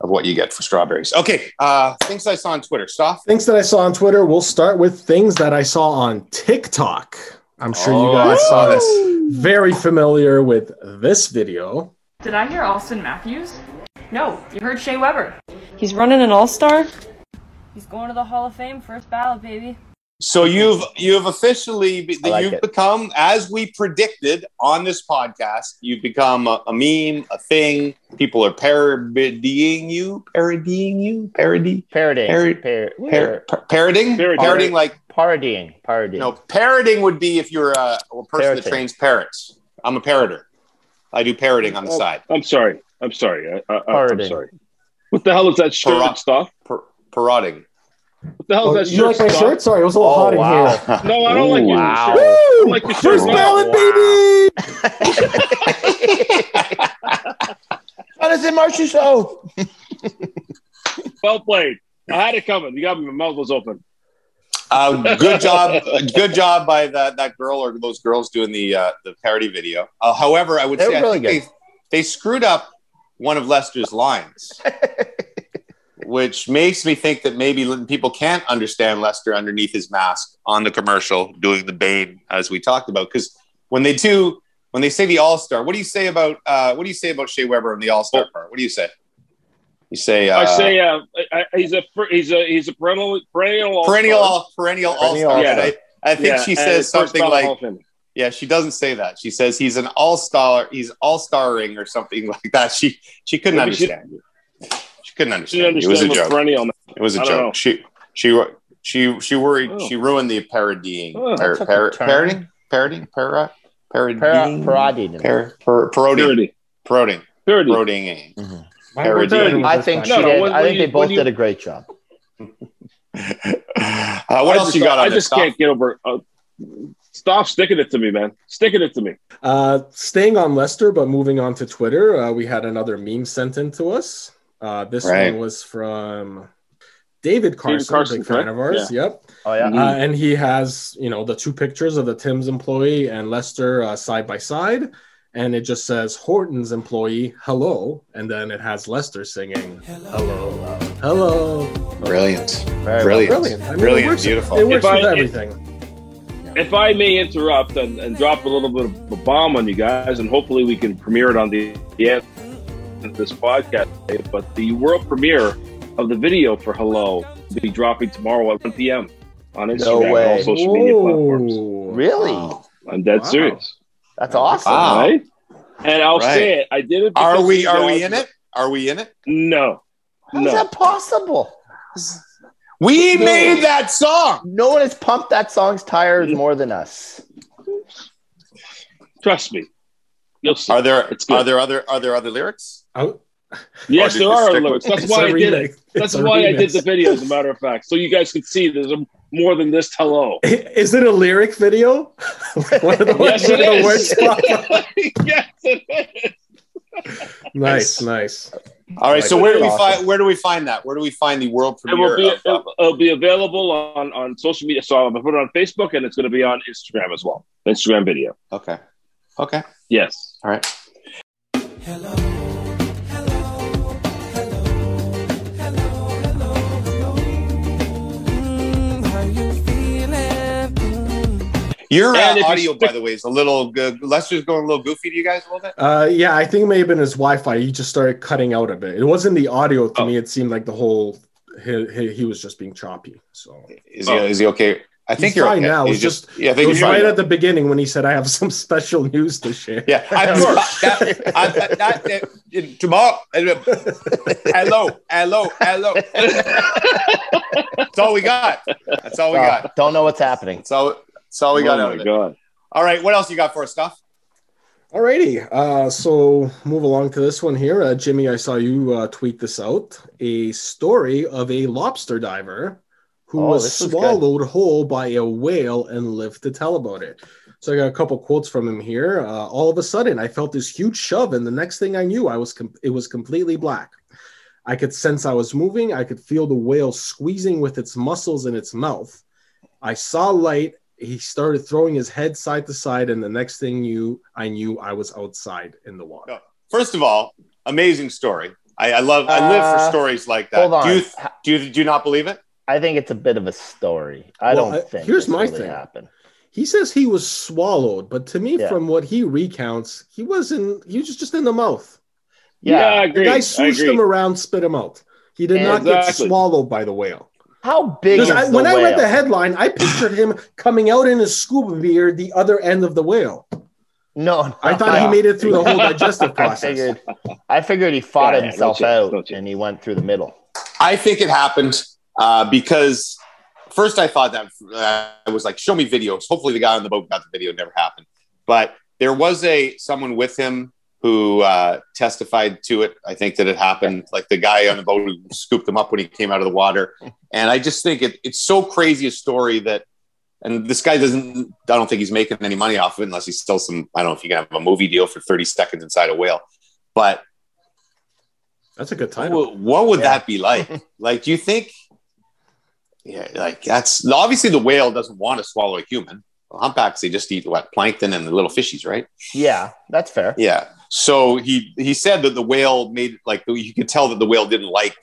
S2: Of what you get for strawberries. Okay, uh, things I saw on Twitter. Stop.
S3: Things that I saw on Twitter. We'll start with things that I saw on TikTok. I'm sure
S2: Oh,
S3: you guys
S2: I
S3: saw
S2: saw
S3: this. Very familiar with this video.
S7: Did I hear Austin Matthews? No, you heard Shea Weber. He's running an all star? He's going to the Hall of Fame first ballot, baby.
S2: So you've you've officially be,
S1: I like
S2: you've
S1: it.
S2: become as we predicted on this podcast. You've become a, a meme, a thing. People are parodying you, parodying you, parody,
S1: Parodying.
S2: Parody-
S1: Par-
S2: par- par- parroting,
S6: Parody.
S2: parroting. Like
S1: parodying. Parodying.
S2: you know, parroting would be if you're a, a person that
S1: Parroting.
S2: trains parrots. I'm a parroter. I do parroting on the
S6: Oh.
S2: side.
S6: I'm sorry. I'm sorry. I, I, I'm
S1: Parody.
S6: sorry. What the hell is that shirt
S2: Parrot.
S6: stuff?
S2: Par- parroting.
S6: What the hell
S3: Oh,
S6: is that
S3: you
S6: shirt
S3: like my
S6: stuff?
S3: shirt? Sorry, it was a
S2: Oh,
S3: little hot in here.
S6: No, I don't like your
S1: Wow.
S6: shirt.
S3: Woo!
S6: like the
S3: First
S6: shirt.
S3: ballot,
S1: Wow.
S3: baby.
S1: Jonathan Marshall Show.
S6: Well played. I had it coming. You got me. My mouth was open.
S2: Uh, good job, good job by that that girl or those girls doing the uh, the parody video. Uh, however, I would
S1: They
S2: say
S1: were
S2: I
S1: really
S2: think
S1: good.
S2: They, they screwed up one of Lester's lines, which makes me think that maybe people can't understand Lester underneath his mask on the commercial doing the Bane as we talked about. Because when they do, when they say the All Star, what do you say about uh, what do you say about Shea Weber and the All Star part? What do you say? You say uh,
S6: I say uh, I, I, he's a fr- he's a he's a perennial
S2: perennial
S6: perennial
S2: perennial All
S1: Perennial
S2: Star.
S6: All-Star.
S2: I, I think she says something like. Yeah, she doesn't say that. She says he's an all star. He's all starring or something like that. She she couldn't
S6: Maybe she-
S2: understand. She couldn't
S6: She didn't
S2: understand. It was a
S6: understand what
S2: joke.
S6: perennial. meant.
S2: It was a
S6: I
S2: joke.
S6: don't know.
S2: She she she she worried.
S6: Oh.
S2: She ruined the parodying. par,
S6: Oh,
S1: that took
S2: par,
S1: a turn.
S2: parodying parodying para, parodying
S1: Par- parodying.
S2: par, par, parodying
S6: Purity.
S2: parodying
S6: Purity.
S2: parodying.
S3: Parody.
S1: I think she
S6: No, no,
S1: did.
S6: when-
S1: I
S6: when
S1: think
S6: you-
S1: they both
S6: when you-
S1: did a great job.
S2: Uh, what
S6: I
S2: else
S6: just-
S2: you got on
S6: I
S2: this?
S6: just can't get over. Uh, stop sticking it to me, man. Sticking it to me.
S3: Uh, staying on Lester, but moving on to Twitter, uh, we had another meme sent in to us. Uh, this
S2: Right.
S3: one was from David Carson,
S6: Carson,
S3: big fan
S6: correct?
S3: of ours. Yep.
S1: Oh
S2: Hmm.
S1: yeah.
S3: Uh, and he has, you know, the two pictures of the Tim's employee and Lester uh, side by side. And it just says Horton's employee, hello. And then it has Lester singing, hello, hello.
S2: Brilliant,
S1: Very
S2: brilliant,
S3: Brilliant. I mean, it
S2: brilliant,
S3: works-
S2: beautiful.
S3: It works
S6: If I-
S3: with
S6: if-
S3: everything.
S6: If I may interrupt and, and drop a little bit of a bomb on you guys, and hopefully we can premiere it on the, the end of this podcast. today, But the world premiere of the video for Hello will be dropping tomorrow at 1 p.m. on Instagram and
S1: way.
S6: all social media platforms.
S3: Whoa.
S1: Really?
S6: I'm dead
S3: Wow.
S6: serious.
S1: That's awesome.
S2: Wow.
S6: Right? And I'll
S2: Right.
S6: say it. I did it.
S2: Are
S6: because
S2: we
S6: you
S2: are
S6: guys-
S2: we in it? Are we in it?
S6: No.
S1: How's
S6: No.
S1: that possible?
S2: We made that song.
S1: No one has pumped that song's tires more than us.
S6: Trust me. You'll see.
S2: Are there
S6: It's good.
S2: are there other are there other lyrics?
S3: Oh,
S6: yes,
S2: Or did
S6: there
S2: you
S6: are
S2: stick
S6: alerts.
S2: with-
S6: That's
S3: it's
S6: why
S3: a
S6: I did it.
S3: remix. It's
S6: That's
S3: a
S6: why I did
S3: remix.
S6: the video, as a matter of fact. So you guys can see there's a, more than this hello.
S3: Is it a lyric video? Like one of the ones
S6: Yes, it
S3: where the
S6: is.
S3: words pop up?
S6: yes, it is.
S3: Nice, nice.
S2: All right,
S1: Like,
S2: so where do we
S1: awesome.
S2: find where do we find that? Where do we find the world
S6: It will
S2: premiere?
S6: be
S2: of, uh,
S6: it'll, it'll be available on on social media. So I'm gonna put it on Facebook, and it's gonna be on Instagram as well. Instagram video.
S2: okay, okay,
S6: Yes.
S2: all right.
S8: Mm,
S2: Your uh,
S6: And if you
S2: audio,
S6: stick-
S2: by the way, is a little good. Lester's going a little goofy to you guys a little bit.
S3: Uh, yeah, I think it may have been his Wi-Fi. He just started cutting out a bit. It wasn't the audio to
S6: Oh.
S3: me. It seemed like the whole he, he, he was just being choppy. So
S2: Is he is he okay? I think
S3: He's
S2: you're
S3: fine
S2: okay.
S3: now.
S2: He's
S3: It's just-
S2: yeah, I
S3: it
S2: think
S3: was
S2: he's fine.
S3: right at the beginning when he said, "I have some special news to share."
S2: Yeah, I'm sure. That, I, that, that, that- tomorrow. Hello, hello, hello. That's all we got. That's all Oh, we
S1: Uh,
S2: got.
S1: don't know what's happening.
S2: That's all. That's all we got
S6: Oh
S2: out
S6: my
S2: of it.
S6: god.
S2: All right, what else you got for us, stuff?
S3: Alrighty, uh, so move along to this one here. Uh, Jimmy, I saw you uh, tweet this out a story of a lobster diver who
S1: Oh,
S3: was
S1: this was
S3: swallowed whole by a whale and lived to tell about it. So I got a couple quotes from him here. Uh, all of a sudden, I felt this huge shove, and the next thing I knew, I was com- it was completely black. I could sense I was moving. I could feel the whale squeezing with its muscles in its mouth. I saw light. He started throwing his head side to side, and the next thing you, I knew I was outside in the water.
S2: First of all, amazing story. I, I love. I live for
S1: Uh,
S2: stories like that.
S1: Hold on.
S2: Do you do you, do you not believe it?
S1: I think it's a bit of a story. I
S3: Well,
S1: don't
S3: I-
S1: think.
S3: here's
S1: this
S3: my
S1: really
S3: thing.
S1: Happened.
S3: He says he was swallowed, but to me,
S1: Yeah.
S3: from what he recounts, he wasn't. He was just- just in the mouth.
S6: Yeah,
S1: Yeah.
S6: I
S3: The
S6: agree.
S3: guy
S6: I
S3: swooshed
S6: agree.
S3: him around, spit him out. He did not get
S6: Exactly.
S3: swallowed by the whale.
S1: How big is
S3: Because I,
S1: the
S3: when
S1: whale?
S3: I read the headline, I pictured him coming out in his scuba gear, the other end of the whale.
S1: no, no,
S3: I thought
S1: no.
S3: he made it through the whole digestive
S1: I
S3: process.
S1: figured. I figured he fought
S6: Yeah, yeah, no
S1: himself
S6: chance,
S1: out
S6: no chance.
S1: and he went through the middle.
S2: I think it happened uh, because first I thought that uh, I was like, show me videos. Hopefully, the guy on the boat got the video. It never happened, but there was a someone with him who uh, testified to it. I think that it happened. Like the guy on the boat who scooped him up when he came out of the water, and I just think it, it's so crazy a story that. And this guy doesn't. I don't think he's making any money off of it unless he sells some. I don't know if you can have a movie deal for thirty seconds inside a whale, but
S3: That's a good
S2: what
S3: title.
S2: would, what would
S1: Yeah.
S2: that be like? like, do you think? Yeah, like that's obviously the whale doesn't want to swallow a human. Humpbacks they just eat what plankton and the little fishies, right?
S1: Yeah, that's fair.
S2: Yeah. So he he said that the whale made like you could tell that the whale didn't like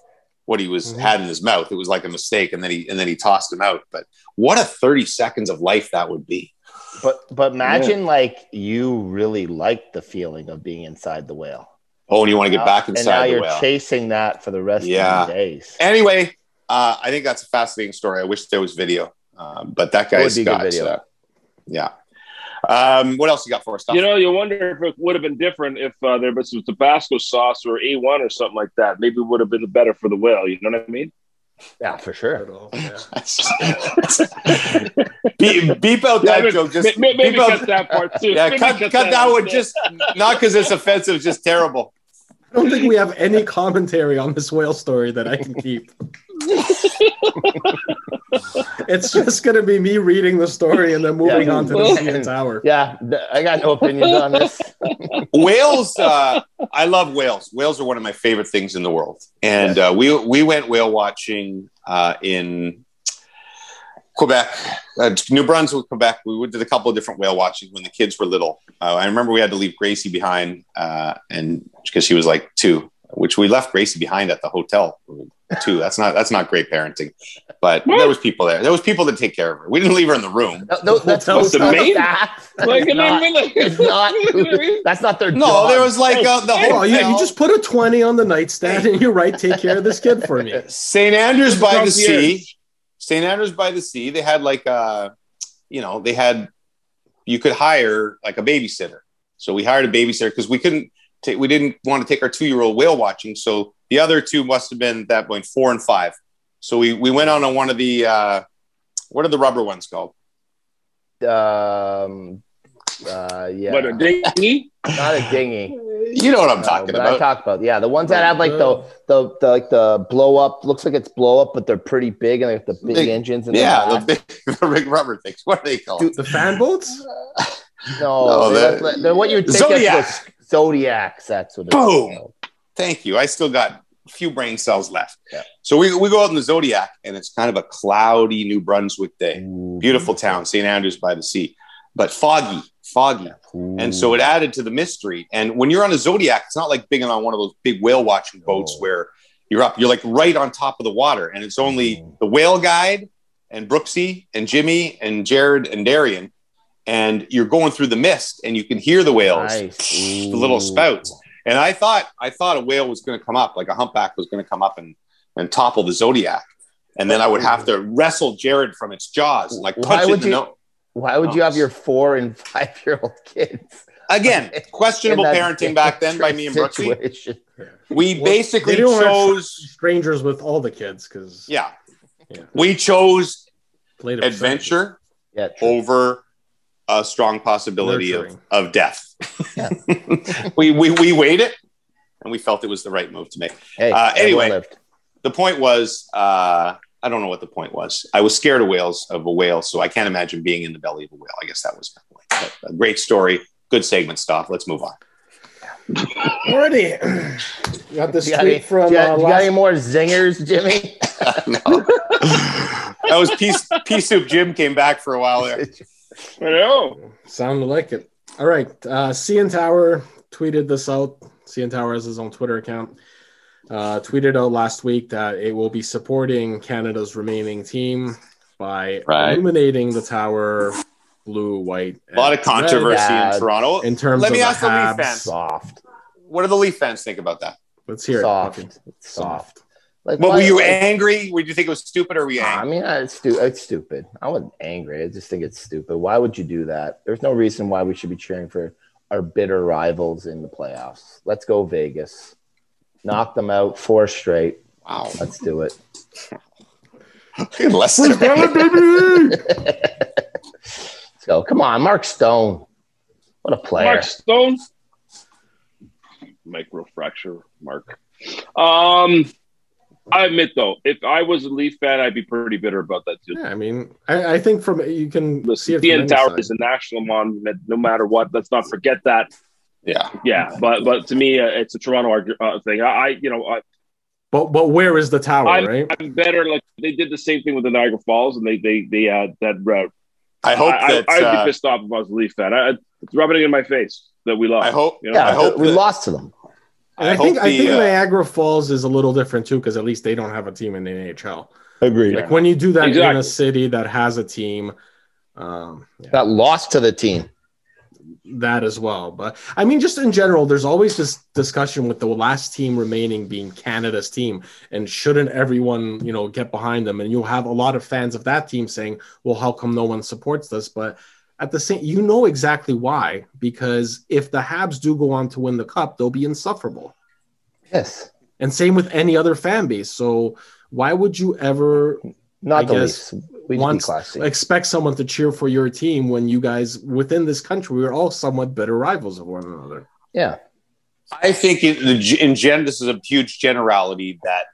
S2: what he was
S3: Mhm.
S2: had in his mouth. It was like a mistake, and then he and then he tossed him out. But what a thirty seconds of life that would be.
S1: But but imagine like you really liked the feeling of being inside the whale.
S2: Oh, and you want to get
S1: Now-
S2: back
S1: and now
S2: inside the
S1: you're
S2: whale.
S1: chasing that for the rest
S2: Yeah.
S1: of your days.
S2: anyway, uh, I think that's a fascinating story. I wish there was video, um, but that guy's
S1: be good
S2: got
S1: video.
S2: uh, yeah. Um, what else you got for us? Tom?
S6: You know, you wonder if it would have been different if uh, there was some Tabasco sauce or A1 or something like that. Maybe it would have been better for the whale. You know what I mean?
S1: Yeah, for sure.
S2: beep, beep out that
S6: I mean,
S2: joke. Just
S6: ma- ma- maybe
S2: people-
S6: cut that part too.
S2: yeah,
S6: Maybe
S2: cut, cut that
S6: out.
S2: one. Just not because it's offensive, just terrible.
S3: I don't think we have any commentary on this whale story that I can keep. it's just going to be me reading the story and then moving
S1: Yeah.
S3: on to the CN Tower.
S1: Yeah, th- I got no opinions on this.
S2: Whales. Uh, I love whales. Whales are one of my favorite things in the world, and uh, we we went whale watching uh, in Quebec, uh, New Brunswick, Quebec. We did a couple of different whale watchings when the kids were little. Uh, I remember we had to leave Gracie behind, uh, and because she was like two, which we left Gracie behind at the hotel. Two. That's not that's not great parenting, but there was people there. There was people to take care of her. We didn't leave her in the room.
S1: No, no, that's
S3: That was
S1: that's
S6: the
S1: not
S6: main-
S1: that.
S6: Like,
S1: That's
S6: you know what I
S1: not,
S6: mean? Like,
S1: it's
S6: you know what I mean?
S1: not, that's not their
S2: No,
S1: job.
S2: there was like uh, the whole.
S3: Oh, yeah, you just put a 20 on the nightstand and you're right, take care of this kid for me.
S2: St. Andrews by the
S6: Drunk
S2: Sea. St. Andrews by the Sea. They had like uh you know, they had you could hire like a babysitter. So we hired a babysitter because we couldn't take we didn't want to take our two year old whale watching. So The other two must have been at that point four and five. So we we went on a, one of the uh, what are the rubber ones called?
S1: Um, uh, yeah,
S6: But a dinghy?
S1: not a dinghy.
S2: You know what I'm
S1: No,
S2: talking
S1: but
S2: about.
S1: Uh, I talk about yeah, the ones that
S3: Right.
S1: have like the, the the like the blow up looks like it's blow up, but they're pretty big and they have the big,
S2: Big-
S1: engines. And
S2: yeah, the big, the big rubber things. What are they called?
S1: Dude,
S3: The fan boats?
S1: no,
S2: No,
S1: they
S2: that-
S1: look like- they're what you would think
S2: Zodiac.
S1: That's the zodiacs. That's what. It's
S2: Boom.
S1: called.
S2: Thank you. I still got a few brain cells left.
S1: Yeah.
S2: So we, we go out in the Zodiac, and it's kind of a cloudy New Brunswick day.
S1: Ooh,
S2: Beautiful town, St. Andrews by the sea, but foggy, foggy.
S1: ooh.
S2: And so it added to the mystery. And when you're on a Zodiac, it's not like being on one of those big whale watching boats
S1: No.
S2: where you're up, you're like right on top of the water. And it's only
S1: Mhm.
S2: the whale guide and Brooksy and Jimmy and Jared and Darian. And you're going through the mist and you can hear the whales,
S1: Nice.
S2: the little
S1: Ooh.
S2: spouts. And I thought, I thought a whale was going to come up, like a humpback was going to come up and, and topple the Zodiac. And then I would have to wrestle Jared from its jaws, like
S1: Why
S2: punch it in
S1: would
S2: the
S1: you-
S2: nose.
S1: Why would you have your four and five year old kids?
S2: Again, questionable
S1: in that
S2: parenting back then by me and Brooksy.
S1: situation?
S2: We
S3: Well,
S2: basically
S3: they don't
S2: chose,
S3: Strangers with all the kids because
S2: yeah,
S3: Yeah.
S2: we chose
S3: played
S2: adventure
S1: Yeah,
S2: Oh, over a strong possibility of,
S3: Nurturing.
S2: of death.
S1: Yeah.
S2: we, we, we weighed it and we felt it was the right move to make.
S1: Hey,
S2: Uh, anyway.
S1: everyone lived.
S2: The point was, uh, I don't know what the point was. I was scared of whales, of a whale, so I can't imagine being in the belly of a whale. I guess that was my point. But a great story. Good segment stuff. Let's move on.
S3: Already, got this
S1: You got, any,
S3: tweet from
S1: you got-
S3: uh,
S1: you got
S3: last
S1: any more zingers, Jimmy?
S2: that was pea, pea soup. Jim came back for a while there.
S6: I know.
S3: Sounded like it. All right. Uh, CN Tower tweeted this out. CN Tower has his own Twitter account. Uh, tweeted out last week that it will be supporting Canada's remaining team by
S2: Right.
S3: illuminating the tower blue, white.
S2: A lot of
S3: and
S2: controversy
S1: Yeah.
S2: in Toronto.
S3: red In terms
S2: Let
S3: of
S2: me
S3: the
S2: ask the Leaf
S3: Habs.
S2: fans.
S1: soft,
S2: What do the Leaf fans think about that?
S3: Let's hear
S1: soft,
S3: it. Okay.
S1: soft. Like,
S2: But
S1: why-
S2: were you
S1: like-
S2: angry? Would you think it was stupid or were you
S1: I
S2: angry?
S1: mean, I- it's, stu- it's stupid. I wasn't angry. I just think it's stupid. Why would you do that? There's no reason why we should be cheering for our bitter rivals in the playoffs. Let's go Vegas, knock them out four straight.
S2: Wow.
S1: Let's do it.
S2: Less than
S1: So come on, Mark Stone. What a player!
S6: Mark Stone. Microfracture, Mark. Um, I admit though, if I was a Leaf fan, I'd be pretty bitter about that too.
S1: Eh,
S3: Yeah, I mean, I, I think from you can
S6: The
S3: see it. From
S6: CN
S3: any
S6: Tower
S3: side.
S6: is a national monument, no matter what. Let's not forget that.
S2: Yeah.
S6: Yeah, but but to me, uh, it's a Toronto argu- uh, thing. I, I you know, I,
S3: But but where is the
S1: Oh,
S3: tower,
S6: I'm-
S3: right?
S6: I'm better. Like they did the same thing with the Niagara Falls, and they they they uh, that. Uh,
S2: I hope
S6: I,
S2: that.
S6: I, would
S2: uh,
S6: be pissed off if I was a Leaf fan. I, it's rubbing it in my face that we lost.
S2: I hope.
S6: You know?
S1: yeah,
S2: I hope
S1: we
S2: that-
S1: lost to them.
S3: And
S2: I
S3: I, think
S2: hope
S3: I
S2: the,
S3: think
S2: uh,
S3: Niagara Falls is a little different too, because at least they don't have a team in the NHL.
S1: Agreed.
S3: Like when you do that in
S6: Exactly.
S3: a city that has a team, um, yeah,
S1: Got lost to the team.
S3: that as well. But I mean, just in general, there's always this discussion with the last team remaining being Canada's team, and shouldn't everyone, you know, get behind them? And you'll have a lot of fans of that team saying, "Well, how come no one supports this?" But at the same, you know exactly why, because if the Habs do go on to win the cup, they'll be insufferable.
S1: Yes,
S3: And same with any other fan base. So why would you ever
S1: not
S3: I
S1: the least.
S3: guess
S1: We would be
S3: once-
S1: classy.
S3: expect someone to cheer for your team when you guys within this country we're all somewhat bitter rivals of one another?
S1: yeah,
S2: I think in, the- in gen, this is a huge generality that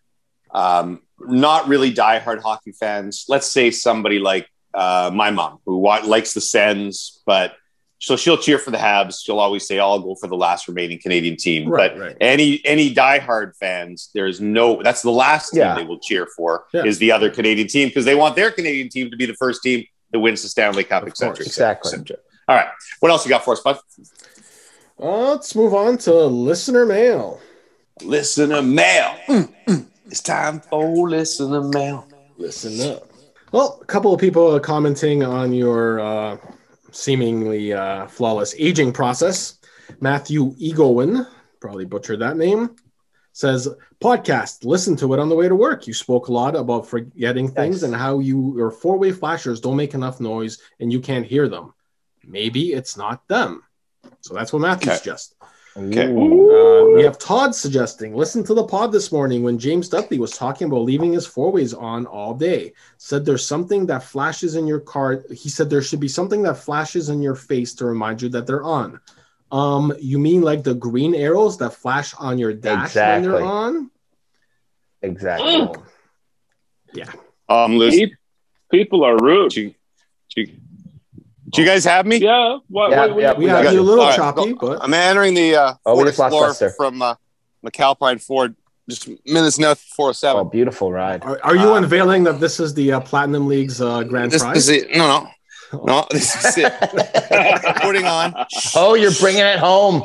S2: um, not really diehard hockey fans. Let's say somebody like uh, my mom, who wa- likes the Sens, but so she'll cheer for the Habs. She'll always say, "I'll go for the last remaining Canadian team." but
S3: right.
S2: any any diehard fans, there's no that's the last team
S1: Yeah.
S2: they will cheer for
S3: Yeah.
S2: is the other Canadian team because they want their Canadian team to be the first team that wins the Stanley Cup,
S3: Of
S2: etc.
S3: course.
S1: exactly.
S2: All right, what else you got for us, bud?
S3: Uh, let's move on to listener mail.
S2: Listener mail. Mm, mm. It's time for listener mail.
S3: Listen up. Well, a couple of people are commenting on your uh, seemingly uh, flawless aging process. Matthew Egoin, probably butchered that name, says, Podcast, listen to it on the way to work. You spoke a lot about forgetting things
S1: Nice.
S3: and how you your four way flashers don't make enough noise and you can't hear them. Maybe it's not them. So that's what Matthew
S2: Okay.
S3: suggests.
S2: Okay.
S3: Uh, we have Todd suggesting listen to the pod this morning when James Dudley was talking about leaving his four ways on all day. Said there's something that flashes in your car. He said there should be something that flashes in your face to remind you that they're on. Um, you mean like the green arrows that flash on your dash when
S1: Exactly.
S3: they're on?
S1: Exactly.
S2: Oh, I'm losing.
S6: Pe- People are rude.
S2: Do you, do you- do you guys have me?
S6: Yeah. What,
S1: Yeah,
S6: what-
S1: yeah,
S6: what-
S3: We
S1: got
S3: have you a
S1: you.
S3: little
S2: All right,
S3: choppy,
S2: go-
S3: but
S2: I'm entering the uh,
S1: Oh, we
S2: Ford
S1: just lost
S2: Explorer
S1: Lester.
S2: from uh, McAlpine Ford just minutes now 407.
S1: Oh, beautiful ride.
S3: are, are you
S2: uh,
S3: unveiling that this is the uh, Platinum League's uh, grand
S2: this
S3: prize?
S2: is it. No, no, no. This is it. Putting on.
S1: oh, you're bringing it home.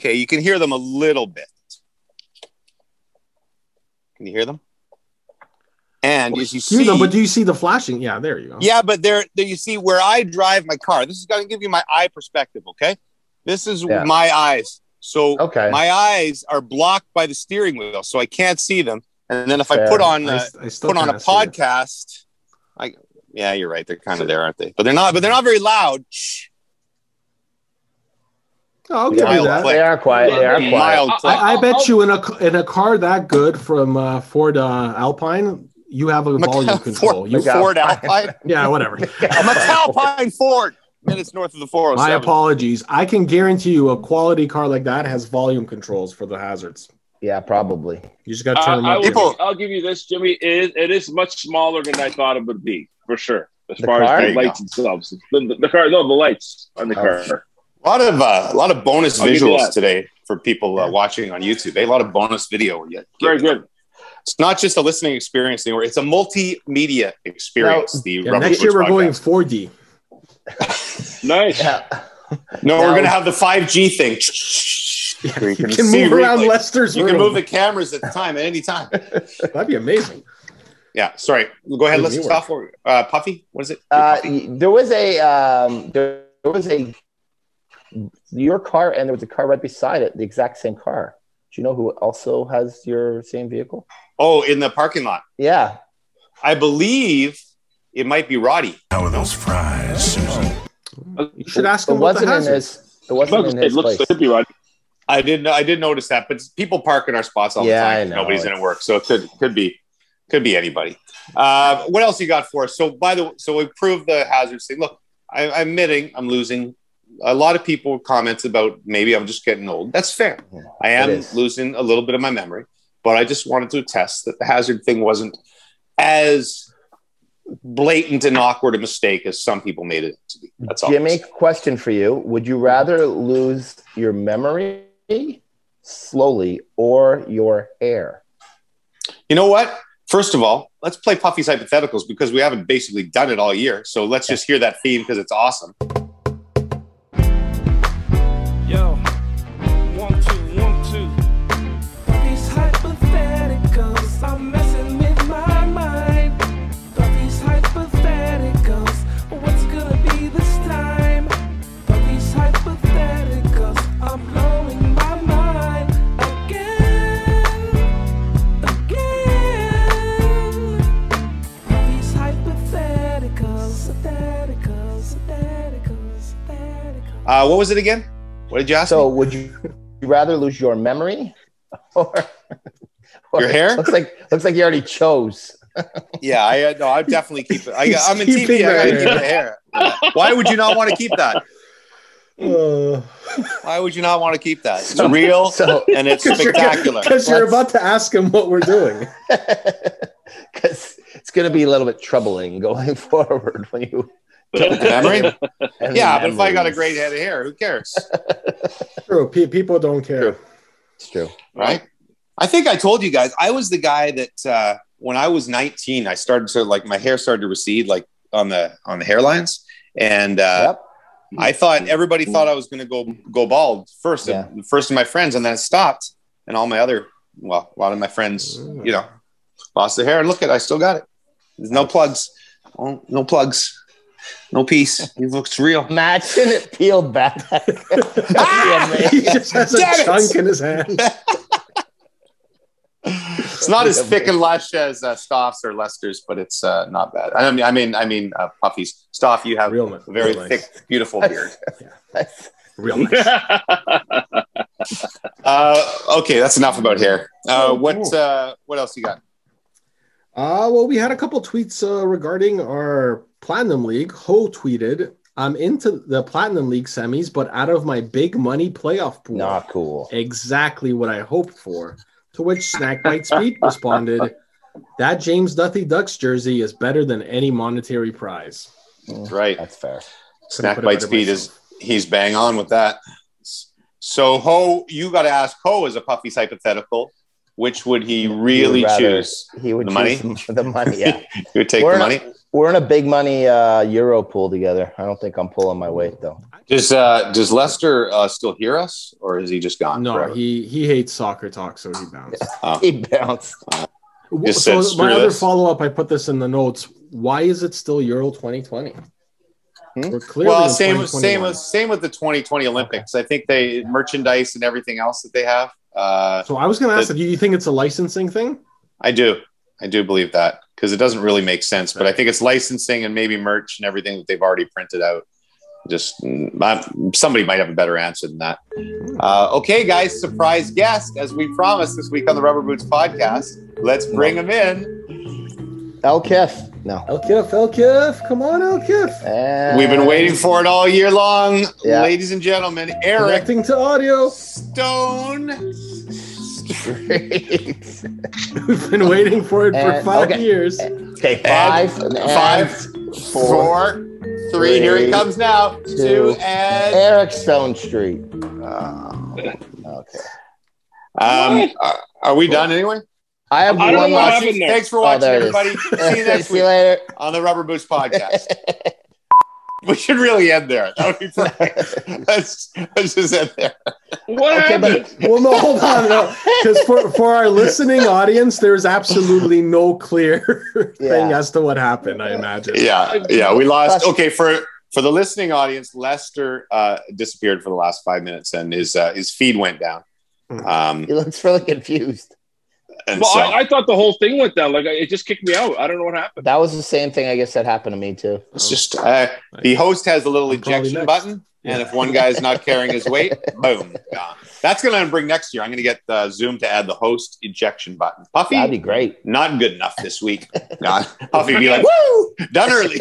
S2: Okay, you can hear them a little bit. Can you hear them? And as you
S3: You
S2: see,
S3: know, but do you see the flashing? Yeah, there you go.
S2: yeah, but there, there you see where I drive my car. This is going to give you my eye perspective. Okay, this is
S1: Yeah.
S2: my eyes. So
S1: Okay.
S2: my eyes are blocked by the steering wheel, so I can't see them. And then if
S1: Fair.
S2: I put on
S3: I
S2: uh,
S3: s- I still
S2: put on a
S3: kinda see it.
S2: podcast, I yeah, you're right. They're kind of there, aren't they? But they're not. But they're not very loud. Shh.
S3: Oh, I'll give
S1: Yeah,
S2: Mild
S3: you that.
S1: they are quiet. They are quiet.
S2: Mild. click.
S3: I, I bet you in a c- in a car that good from uh, Ford uh, Alpine, you have a
S2: Mac-
S3: volume control.
S2: Ford,
S3: You,
S1: Mac-
S2: Ford Alpine.
S3: yeah, whatever.
S2: McAlpine Ford. Minutes north of the
S3: My
S2: 407.
S3: apologies. I can guarantee you a quality car like that has volume controls for the hazards.
S1: Yeah, probably.
S3: You just got to
S6: I,
S3: turn them
S6: Uh, I
S3: up.
S6: will,
S2: People-
S6: I'll give you this, Jimmy. It is, it is much smaller than I thought it would be, for sure. As
S1: The
S6: far
S1: car?
S6: as the lights themselves, the, the, the car, no, the lights on the
S1: Oh.
S6: car.
S2: A lot of uh, a lot of bonus
S6: I'll give you
S2: visuals
S6: that.
S2: today for people uh, watching on YouTube. They had a lot of bonus video. Yet.
S6: Very good.
S2: It's not just a listening experience anymore. It's a multimedia experience. the
S3: Yeah,
S2: Rubber
S3: next
S2: Boots
S3: year we're
S2: podcast.
S3: going 4D.
S6: Nice.
S1: Yeah.
S2: No, we're
S1: Now-
S2: going to have the five G thing. you
S3: You can move around Lester's
S2: You
S3: room.
S2: can move the cameras at the time at any time.
S3: That'd be amazing.
S2: Yeah, sorry. Go ahead.
S3: Good
S2: Let's
S3: viewer.
S2: stop. Uh, Puffy, what is it?
S1: Uh,
S2: Puffy?
S1: y- there was a um, there, there was a your car and there was a car right beside it, the exact same car. Do you know who also has your same vehicle?
S2: oh, in the parking lot.
S1: Yeah,
S2: I believe it might be Roddy.
S9: How are those fries, Susan?
S3: You should ask
S1: it
S3: them about
S1: wasn't
S3: the
S1: in
S3: hazards.
S1: his. It wasn't in
S6: It
S1: his
S6: looks
S1: place.
S6: like it'd be right.
S2: I did. I did notice that, but people park in our spots all
S1: Yeah, I
S2: the time.
S1: know.
S2: Nobody's in at work, so it could could be could be anybody. Uh, what else you got for us? So by the way, so we proved the hazards thing. Look, I, I'm admitting I'm losing. A lot of people comments about maybe I'm just getting old. That's fair.
S1: Yeah,
S2: I
S1: it
S2: am
S1: is.
S2: losing a little bit of my memory, but I just wanted to attest that the hazard thing wasn't as blatant and awkward a mistake as some people made it to be. That's all.
S1: Jimmy, question for you: Would you rather lose your memory slowly or your hair?
S2: You know what? First of all, let's play Puffy's hypotheticals because we haven't basically done it all year. So let's just hear that theme because it's awesome.
S4: Yo, one, two, one, two. These hypotheticals are messing with my mind. Thought these hypotheticals, what's gonna be this time? Thought these hypotheticals are blowing my mind again, again. Thought these hypotheticals, hypotheticals, hypotheticals, hypotheticals.
S2: Uh, what was it again? What did you ask?
S1: So,
S2: So,
S1: would you you rather lose your memory or, or-
S2: Your hair?
S1: Looks like looks like you already chose.
S2: yeah, I uh, no, I definitely keep it. I,
S3: He's
S2: I'm in TV. I
S3: keeping
S2: gotta
S3: that
S2: keep the hair. Why would you not want to keep that?
S3: Uh,
S2: Why would you not want to keep that? It's real
S1: So,
S2: and it's spectacular.
S3: Because you're
S1: Let's-
S3: about to ask him what we're doing.
S1: because it's going to be a little bit troubling going forward when you.
S2: Memory?
S1: and
S2: Yeah, but if I got a
S1: memories.
S2: great head of hair, who cares?
S3: True. Pe- people don't care.
S1: it's true.
S2: right? I think I told you guys I was the guy that uh, when I was 19, I started to like my hair started to recede like on the on the hairlines, and uh,
S1: yep.
S2: I thought everybody thought I was going to go go bald first,
S1: Yeah.
S2: first of my friends, and then it stopped, and all my other well, a lot of my friends, you know, lost their hair, and look at I still got it. There's no plugs, oh, no plugs, no peace. It looks real.
S1: Imagine it peeled back.
S3: he just has a
S2: Damn it!
S3: chunk in his hand.
S2: It's not as thick and lush as uh, Stoff's or Lester's, but it's uh, not bad. I mean, I mean, I mean, uh, Puffy's. Stoff, you have
S3: Real,
S2: a very
S3: real nice.
S2: thick, beautiful beard.
S3: Real nice.
S2: Uh, okay, that's enough about hair.
S3: Oh,
S2: Uh, what uh, what else you got?
S3: Uh, well, we had a couple tweets uh, regarding our Platinum League. Ho tweeted, I'm into the Platinum League semis, but out of my big money playoff pool.
S1: Not cool.
S3: Exactly what I hoped for. To which Snack Bite Speed responded, That James Duthie Ducks jersey is better than any monetary prize.
S2: Right,
S1: That's fair.
S2: snack
S3: put it
S2: bite
S3: better
S2: speed is
S3: myself.
S2: he's bang on with that. So Ho, you got to ask Ho is a Puffy's hypothetical. Which would he really
S1: He would rather-
S2: choose?
S1: He would
S2: The
S1: choose the money. Yeah,
S2: you would take
S1: We're
S2: the
S1: not-
S2: money.
S1: we're in a big money uh, euro pool together. I don't think I'm pulling my weight though.
S2: Does uh, does Lester uh, still hear us, or is he just gone?
S3: No,
S2: forever?
S3: he, he hates soccer talk, so he bounced.
S1: He bounced.
S3: Well,
S2: said,
S3: so
S2: "Screw
S3: my other
S2: this."
S3: follow up, I put this in the notes. Why is it still Euro 2020?
S1: Hmm?
S3: We're clearly
S2: well,
S3: in
S2: same same
S3: 2021.
S2: with same with the 2020 Olympics. I think they merchandise and everything else that they have. Uh,
S3: So I was going to ask,
S2: the-
S3: do you think it's a licensing thing?
S2: I do, I do believe that because it doesn't really make sense. But I think it's licensing and maybe merch and everything that they've already printed out. Just mm, I'm- somebody might have a better answer than that. Uh, okay, guys, surprise guest as we promised this week on the Rubber Boots podcast. Let's bring him in.
S1: El Kif. No.
S3: El Kif, El Kif, come on, El Kif.
S1: Uh, And-
S2: We've been waiting for it all year long,
S1: Yeah.
S2: ladies and gentlemen. Eric
S3: Connecting to audio.
S2: Stone.
S3: We've been waiting for it for
S1: And-
S3: five
S1: okay.
S3: years.
S1: okay, five,
S2: And
S1: and
S2: five,
S1: four.
S2: Four, three. Here he
S1: three,
S2: comes now. Two,
S1: two,
S2: and.
S1: Eric Stone Street. Oh, Okay.
S2: Um, are, are we done anyway?
S1: I have
S6: I don't
S1: one
S6: know what
S1: last.
S6: happened there.
S2: Thanks for
S1: Oh,
S2: watching,
S1: there it is.
S2: everybody. See you next
S1: See you
S2: week
S1: later.
S2: on the Rubber Boots Podcast. we should really end there. That would be great. let's, let's just end there.
S6: What
S1: Okay, but-
S6: happened?
S3: Well, no, hold on, because for, for our listening audience, there is absolutely no clear thing
S1: Yeah.
S3: as to what happened. I imagine.
S2: Yeah, yeah, we lost.
S1: Lester-
S2: Okay, for for the listening audience, Lester uh, disappeared for the last five minutes, and his uh, his feed went down.
S1: Hmm.
S2: Um,
S1: He looks really confused.
S2: and
S6: Well,
S2: so,
S6: I, I thought the whole thing went down. Like I- it just kicked me out. I don't know what happened.
S1: That was the same thing I guess that happened to me too.
S2: It's just uh, the host has a little
S3: I'm probably
S2: ejection
S3: next.
S2: button, and if one guy's not carrying his weight, boom, gone. That's going to bring next year. I'm going to get uh, Zoom to add the host ejection button. Puffy,
S1: That'd be great.
S2: not good enough this week. Gone. Puffy be like, woo, done early.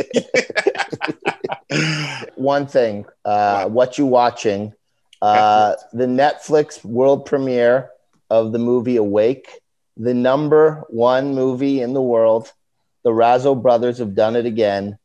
S1: One thing. Uh, what you watching? Uh, the Netflix world premiere of the movie Awake, the number one movie in the world. The Razzo brothers have done it again.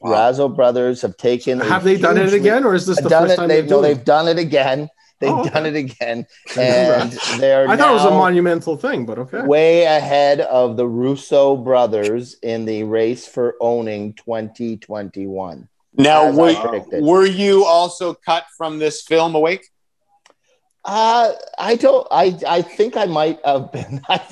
S2: Wow.
S1: Razzo brothers have taken. a
S3: Have they done it
S1: huge leap-
S3: again, or is this the
S1: done
S3: first
S1: it.
S3: time
S1: They've,
S3: they've
S1: no,
S3: done
S1: they've
S3: it?
S1: done it again. They've
S3: Oh, okay.
S1: done it again, and they're.
S3: I thought it was a
S1: now-
S3: monumental thing, but okay.
S1: way ahead of the Russo brothers in the race for owning 2021.
S2: Now,
S1: As I
S2: were,
S1: predicted.
S2: were you also cut from this film awake?
S1: Uh, I don't. I I think I might have been. I,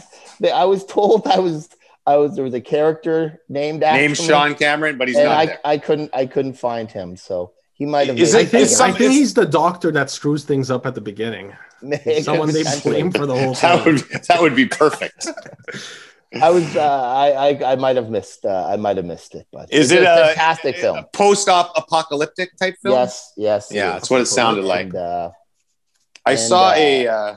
S1: I was told I was. I was. There was a character named after
S2: Name
S1: me,
S2: Sean Cameron, but he's
S1: and
S2: not
S1: I
S2: there.
S1: I couldn't I couldn't find him. So he might have.
S2: Is
S3: I
S1: been-
S2: it-
S3: think,
S2: is
S3: I
S2: some-
S3: think
S2: is-
S3: he's the doctor that screws things up at the beginning. Someone they blame for the whole
S2: That
S3: thing.
S2: would that would be perfect.
S1: I was. Uh, I I, I might have missed. Uh, I might have missed it. But
S2: Is
S1: it's
S2: it uh,
S1: a
S2: a
S1: fantastic film?
S2: post-op apocalyptic type film?
S1: Yes. Yes.
S2: Yeah, that's what it sounded like.
S1: And, uh,
S2: I
S1: And,
S2: saw
S1: uh,
S2: a uh,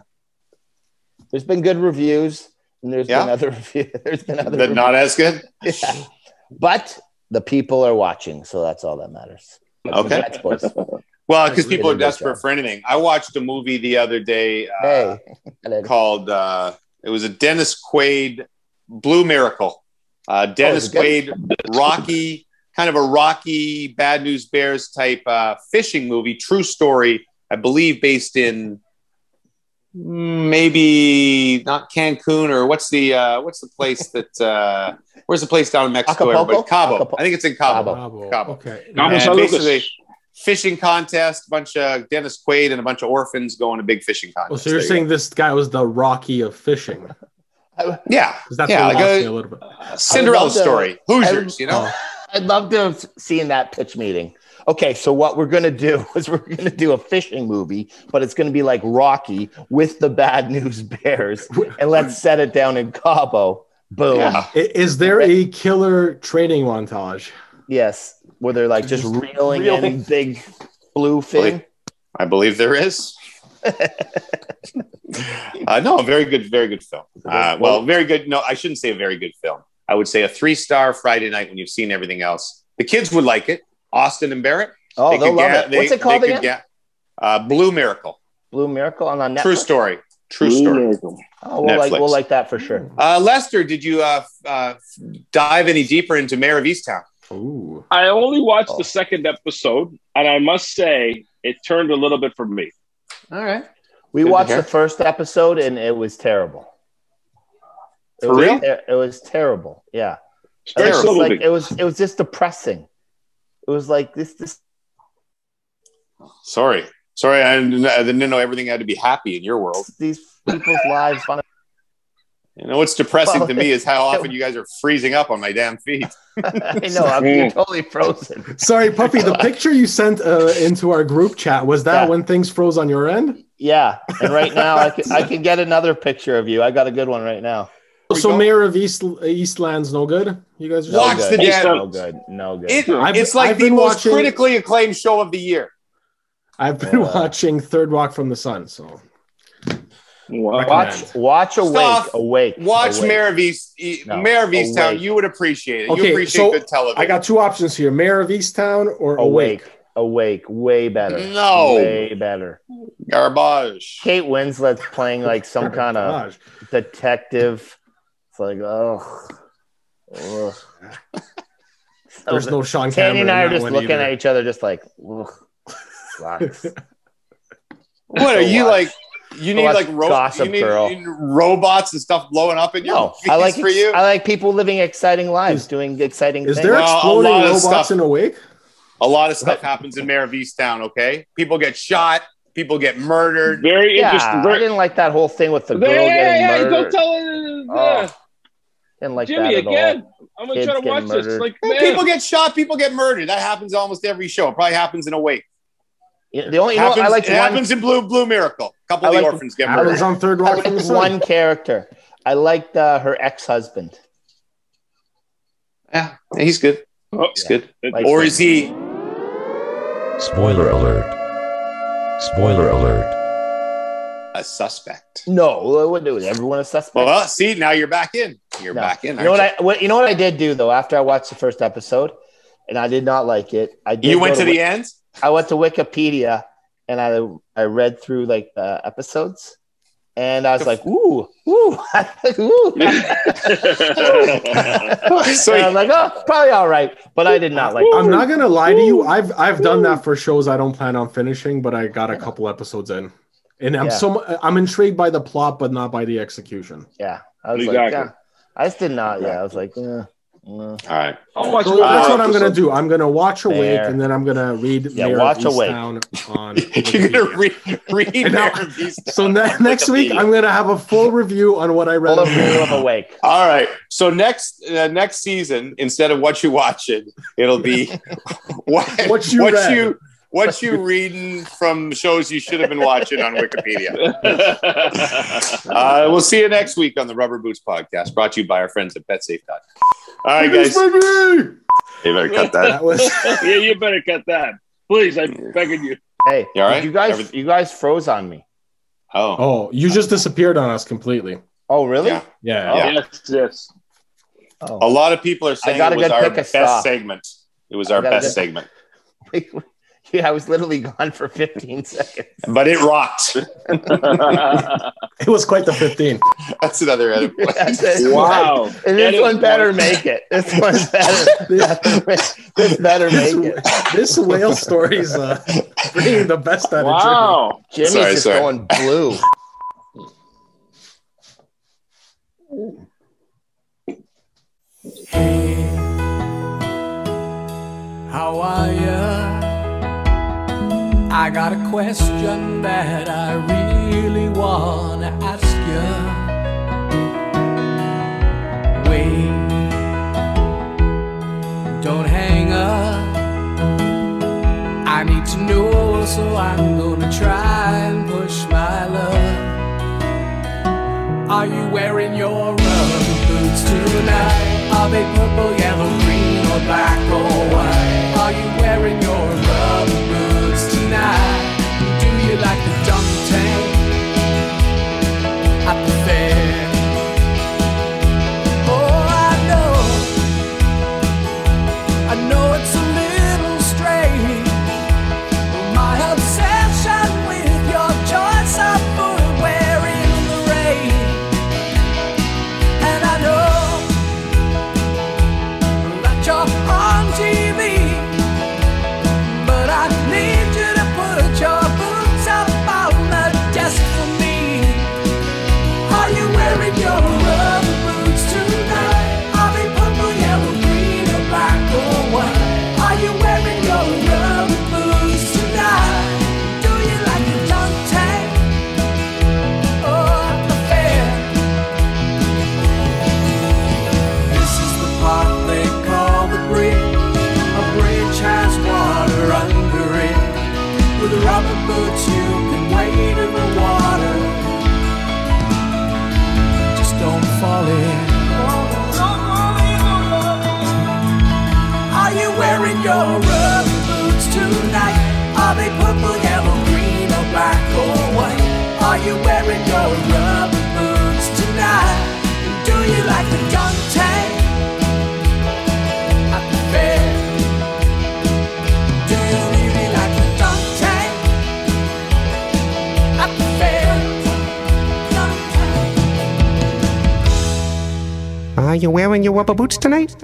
S1: there's been good reviews and there's been
S2: Yeah.
S1: other reviews. There's been other
S2: that not as good.
S1: reviews. Yeah. But the people are watching, so that's all that matters.
S2: Okay. Uh,
S1: That's boys.
S2: Well, because
S1: That's
S2: people are
S1: really good
S2: desperate
S1: job.
S2: for anything. I watched a movie the other day uh,
S1: Hey. And it-
S2: called uh, it was a Dennis Quaid Blue Miracle. Uh, Dennis
S1: Oh, is
S2: Quaid Rocky, kind of a Rocky Bad News Bears type uh, fishing movie, true story. I believe based in mm, maybe not Cancun or what's the uh, what's the place that uh, where's the place down in Mexico?
S1: Acapulco?
S2: Everybody? Cabo.
S1: Acapulco.
S2: I think it's in Cabo.
S1: Cabo.
S2: Cabo.
S3: Okay.
S6: Cabo
S2: And
S6: San Lucas.
S2: basically- Fishing contest, bunch of Dennis Quaid and a bunch of orphans going to big fishing contest.
S3: Well, so you're
S2: There you
S3: saying this guy was the Rocky of fishing?
S2: go. yeah,
S3: Because that's
S2: Yeah,
S3: what
S2: like
S3: lost
S2: a-
S3: me a little bit.
S2: Cinderella
S1: love to-
S2: story,
S1: I
S2: Hoosiers,
S1: would-
S2: you know.
S1: I'd love to have seen that pitch meeting. okay, so what we're gonna do is we're gonna do a fishing movie, but it's gonna be like Rocky with the bad news bears, and let's set it down in Cabo. Boom.
S2: Yeah.
S3: I- Is there a killer training montage?
S1: Yes, where they're like just, reeling, in
S2: reeling.
S1: big blue fin.
S2: I believe there is. uh, no, a very good, very good film. Uh, well, very good. No, I shouldn't say a very good film. I would say a three star Friday night when you've seen everything else. The kids would like it. Austin and Barrett.
S1: Oh,
S2: could
S1: they'll love
S2: ga-
S1: it. What's it called
S2: they could
S1: again?
S2: ga- uh, Blue Miracle.
S1: Blue Miracle on on Netflix.
S2: True story. True story.
S1: Oh, we'll like
S2: Netflix.
S1: we'll like that for sure.
S2: Uh, Lester, did you uh, f- uh, f- dive any deeper into Mayor of Easttown?
S3: Ooh.
S6: I only watched
S1: Oh.
S6: the second episode, and I must say it turned a little bit for me.
S2: All right.
S1: We
S2: Good to
S1: watched
S2: hear.
S1: the first episode and it was terrible. It
S6: For
S1: was
S6: real?
S1: ter- it was terrible. Yeah. It was,
S6: Terrible.
S1: just like, it was it was just depressing. It was like this this
S2: Sorry. Sorry, I didn't, I didn't know everything had to be happy in your world.
S1: these people's lives. fun-
S2: You know what's depressing
S1: Well,
S2: to me is how often you guys are freezing up on my damn feet.
S1: I know I'm you're totally frozen.
S3: Sorry, puppy. The picture you sent uh, into our group chat was that
S1: Yeah.
S3: when things froze on your end.
S1: Yeah, and right now I can I can get another picture of you. I got a good one right now.
S2: we
S3: So
S2: go.
S3: Mayor of East Eastlands, no good. You guys are
S1: No
S2: Watch
S1: good.
S2: the
S6: Hey,
S2: damn.
S6: son.
S1: No good. No good.
S2: It,
S3: I've-
S2: it's like
S3: I've
S2: the
S3: been
S2: most
S3: watching-
S2: critically acclaimed show of the year.
S3: I've been
S2: Uh,
S1: Yeah.
S3: watching Third Rock from the Sun, so
S6: Wow.
S1: watch watch awake
S2: Stop.
S1: awake.
S2: Watch
S1: awake.
S2: Mayor of East, E-
S1: No,
S2: Mayor of Easttown.
S1: awake.
S2: You would appreciate it.
S3: Okay,
S2: you appreciate
S3: so
S2: good television.
S3: I got two options here: Mayor of Easttown or Awake.
S1: awake. Awake, way better.
S2: No.
S1: way better.
S2: garbage.
S1: Kate Winslet's playing like some kind of
S3: Oh Gosh.
S1: detective. It's like, oh, ugh.
S3: There's
S1: So
S3: no Sean Cameron.
S1: Tandy and I
S3: in
S1: are
S3: that
S1: just
S3: one
S1: looking
S3: either.
S1: at each other, just like, ugh, sucks.
S2: What are you
S1: Watch.
S2: like? You need
S1: Watch
S2: like ro-
S1: Gossip
S2: you need,
S1: Girl.
S2: you need robots and stuff blowing up in your
S1: No,
S2: feet
S1: I like
S2: for you.
S1: I like people living exciting lives,
S3: Is-
S1: doing exciting
S3: Is
S1: things.
S3: there
S2: Well, a
S3: exploding
S2: lot of
S3: robots
S2: stuff.
S3: in Awake?
S2: A lot of stuff happens in Mayor of Easttown. Okay, people get shot. People get murdered.
S6: Very
S1: yeah,
S6: interesting.
S1: I
S6: Very,
S1: didn't like that whole thing with the girl
S6: hey, hey,
S1: getting
S6: hey,
S1: murdered.
S6: don't tell it, uh,
S1: Oh, didn't like
S6: Jimmy
S1: that at all.
S6: again. I'm gonna
S1: Kids
S6: try to
S1: getting
S6: watch this. It's
S1: murdered.
S6: like
S2: Yeah,
S6: man,
S2: People get shot. People get murdered. That happens almost every show. It probably happens in Awake.
S1: You know, The only you know,
S2: happens,
S1: I liked
S2: it
S1: one,
S2: happens in Blue Blue Miracle. A couple
S1: I
S2: of the
S1: liked-
S2: orphans get
S3: I
S2: murdered.
S3: was on Third
S1: I
S3: Rock from the
S1: liked
S3: Sun.
S1: one character. I liked uh, her ex husband.
S2: Yeah, he's good.
S6: Oh,
S2: he's good.
S1: Like-
S2: Or is he?
S9: Spoiler alert. Spoiler alert.
S2: a suspect.
S1: No, I wouldn't do it. Everyone a suspect.
S2: Well, see, now you're back in. You're
S1: No.
S2: back in.
S1: You know what
S2: aren't
S1: I what, you know what I did do though after I watched the first episode, and I did not like it. I did
S2: you
S1: go
S2: went to
S1: Wik-
S2: the end.
S1: I went to Wikipedia and I I read through like the episodes, and I was like, ooh, ooh, ooh.
S2: So
S1: so I'm like, oh, probably all right, but I did not like. it.
S3: I'm not gonna lie to you. I've I've done that for shows I don't plan on finishing, but I got a couple episodes in, and I'm
S1: Yeah.
S3: so mu- I'm intrigued by the plot, but not by the execution.
S1: Yeah, I was like,
S6: Exactly.
S1: yeah. I just did not. Yeah, I was like, eh, eh.
S2: all right.
S6: I'll watch
S3: So
S6: it.
S3: that's what I'm gonna do. I'm gonna watch Awake,
S1: Fair.
S3: and then I'm gonna read
S1: Yeah,
S3: Mayor
S1: watch
S3: of
S1: Awake.
S3: Easttown on.
S2: You're gonna
S3: Wikipedia.
S2: re- read
S3: now-
S2: Mayor of Easttown.
S3: so ne- next week I'm gonna have a full review on what I read.
S1: full
S3: on
S1: of full of awake.
S2: All right. So next uh, next season, instead of what you watching, it'll be what,
S3: What you
S2: what
S3: read.
S2: you what you reading from shows you should have been watching on Wikipedia. Uh, we'll see you next week on the Rubber Boots Podcast, brought to you by our friends at BetSafe.com. All right, guys.
S3: Baby!
S2: You better cut that.
S3: That was.
S6: yeah, you better cut that, please. I'm begging you.
S1: Hey,
S2: You all
S1: did
S2: right?
S1: you guys,
S2: Everyth-
S1: you guys froze on me.
S2: Oh.
S3: Oh, you just disappeared on us completely.
S1: Oh, really?
S2: Yeah.
S3: Yeah.
S2: Yeah.
S6: Yes, yes.
S1: Oh.
S2: A lot of people are saying
S1: got
S2: it
S1: a
S2: was
S1: good
S2: our
S1: pick of
S2: best
S1: stock.
S2: segment. It was
S1: I
S2: our
S1: got a
S2: best
S1: good-
S2: segment,
S1: yeah, I was literally gone for 15 seconds.
S2: but it rocked.
S3: It was quite the 15.
S2: That's another edit. point.
S1: That's it.
S6: wow.
S1: And
S6: That
S1: this
S6: is
S1: one better
S6: one-
S1: make it. This one better. this better make it.
S3: this whale story's uh, bringing the best out of
S6: Wow.
S1: Jimmy's
S2: Sorry,
S1: just
S2: sorry.
S1: going blue.
S4: How are ya? I got a question that I really wanna ask ya. Wait, don't hang up.
S8: so I'm gonna try and push my luck. Are you wearing your rubber boots tonight? Are they purple, yellow, green, or black or white? Are you wearing your rubber boots tonight? Do you like the dunk tank at the fair? Oh, I know I know it's a little strange. My obsession with your choice of footwear in the rain. And I know that you're on TV. But I need you to put your boots up on the desk for me. Are you wearing your rubber boots tonight? Are they purple, yellow, green, or black or white? Are you wearing your rubber boots tonight? Do you like a dunk tank or a fair? This is the part they call the bridge. A bridge has water under it. With rubber boots, you can wade in the water just don't fall in. Are you wearing your rubber boots tonight? Are they purple, yellow, green, or black or white? Are you wearing your rubber boots tonight? Do you like the dunk tank? at the fair? Do you really like the dunk tank? At the fair? Dunk tank.
S10: Are you wearing your rubber boots tonight?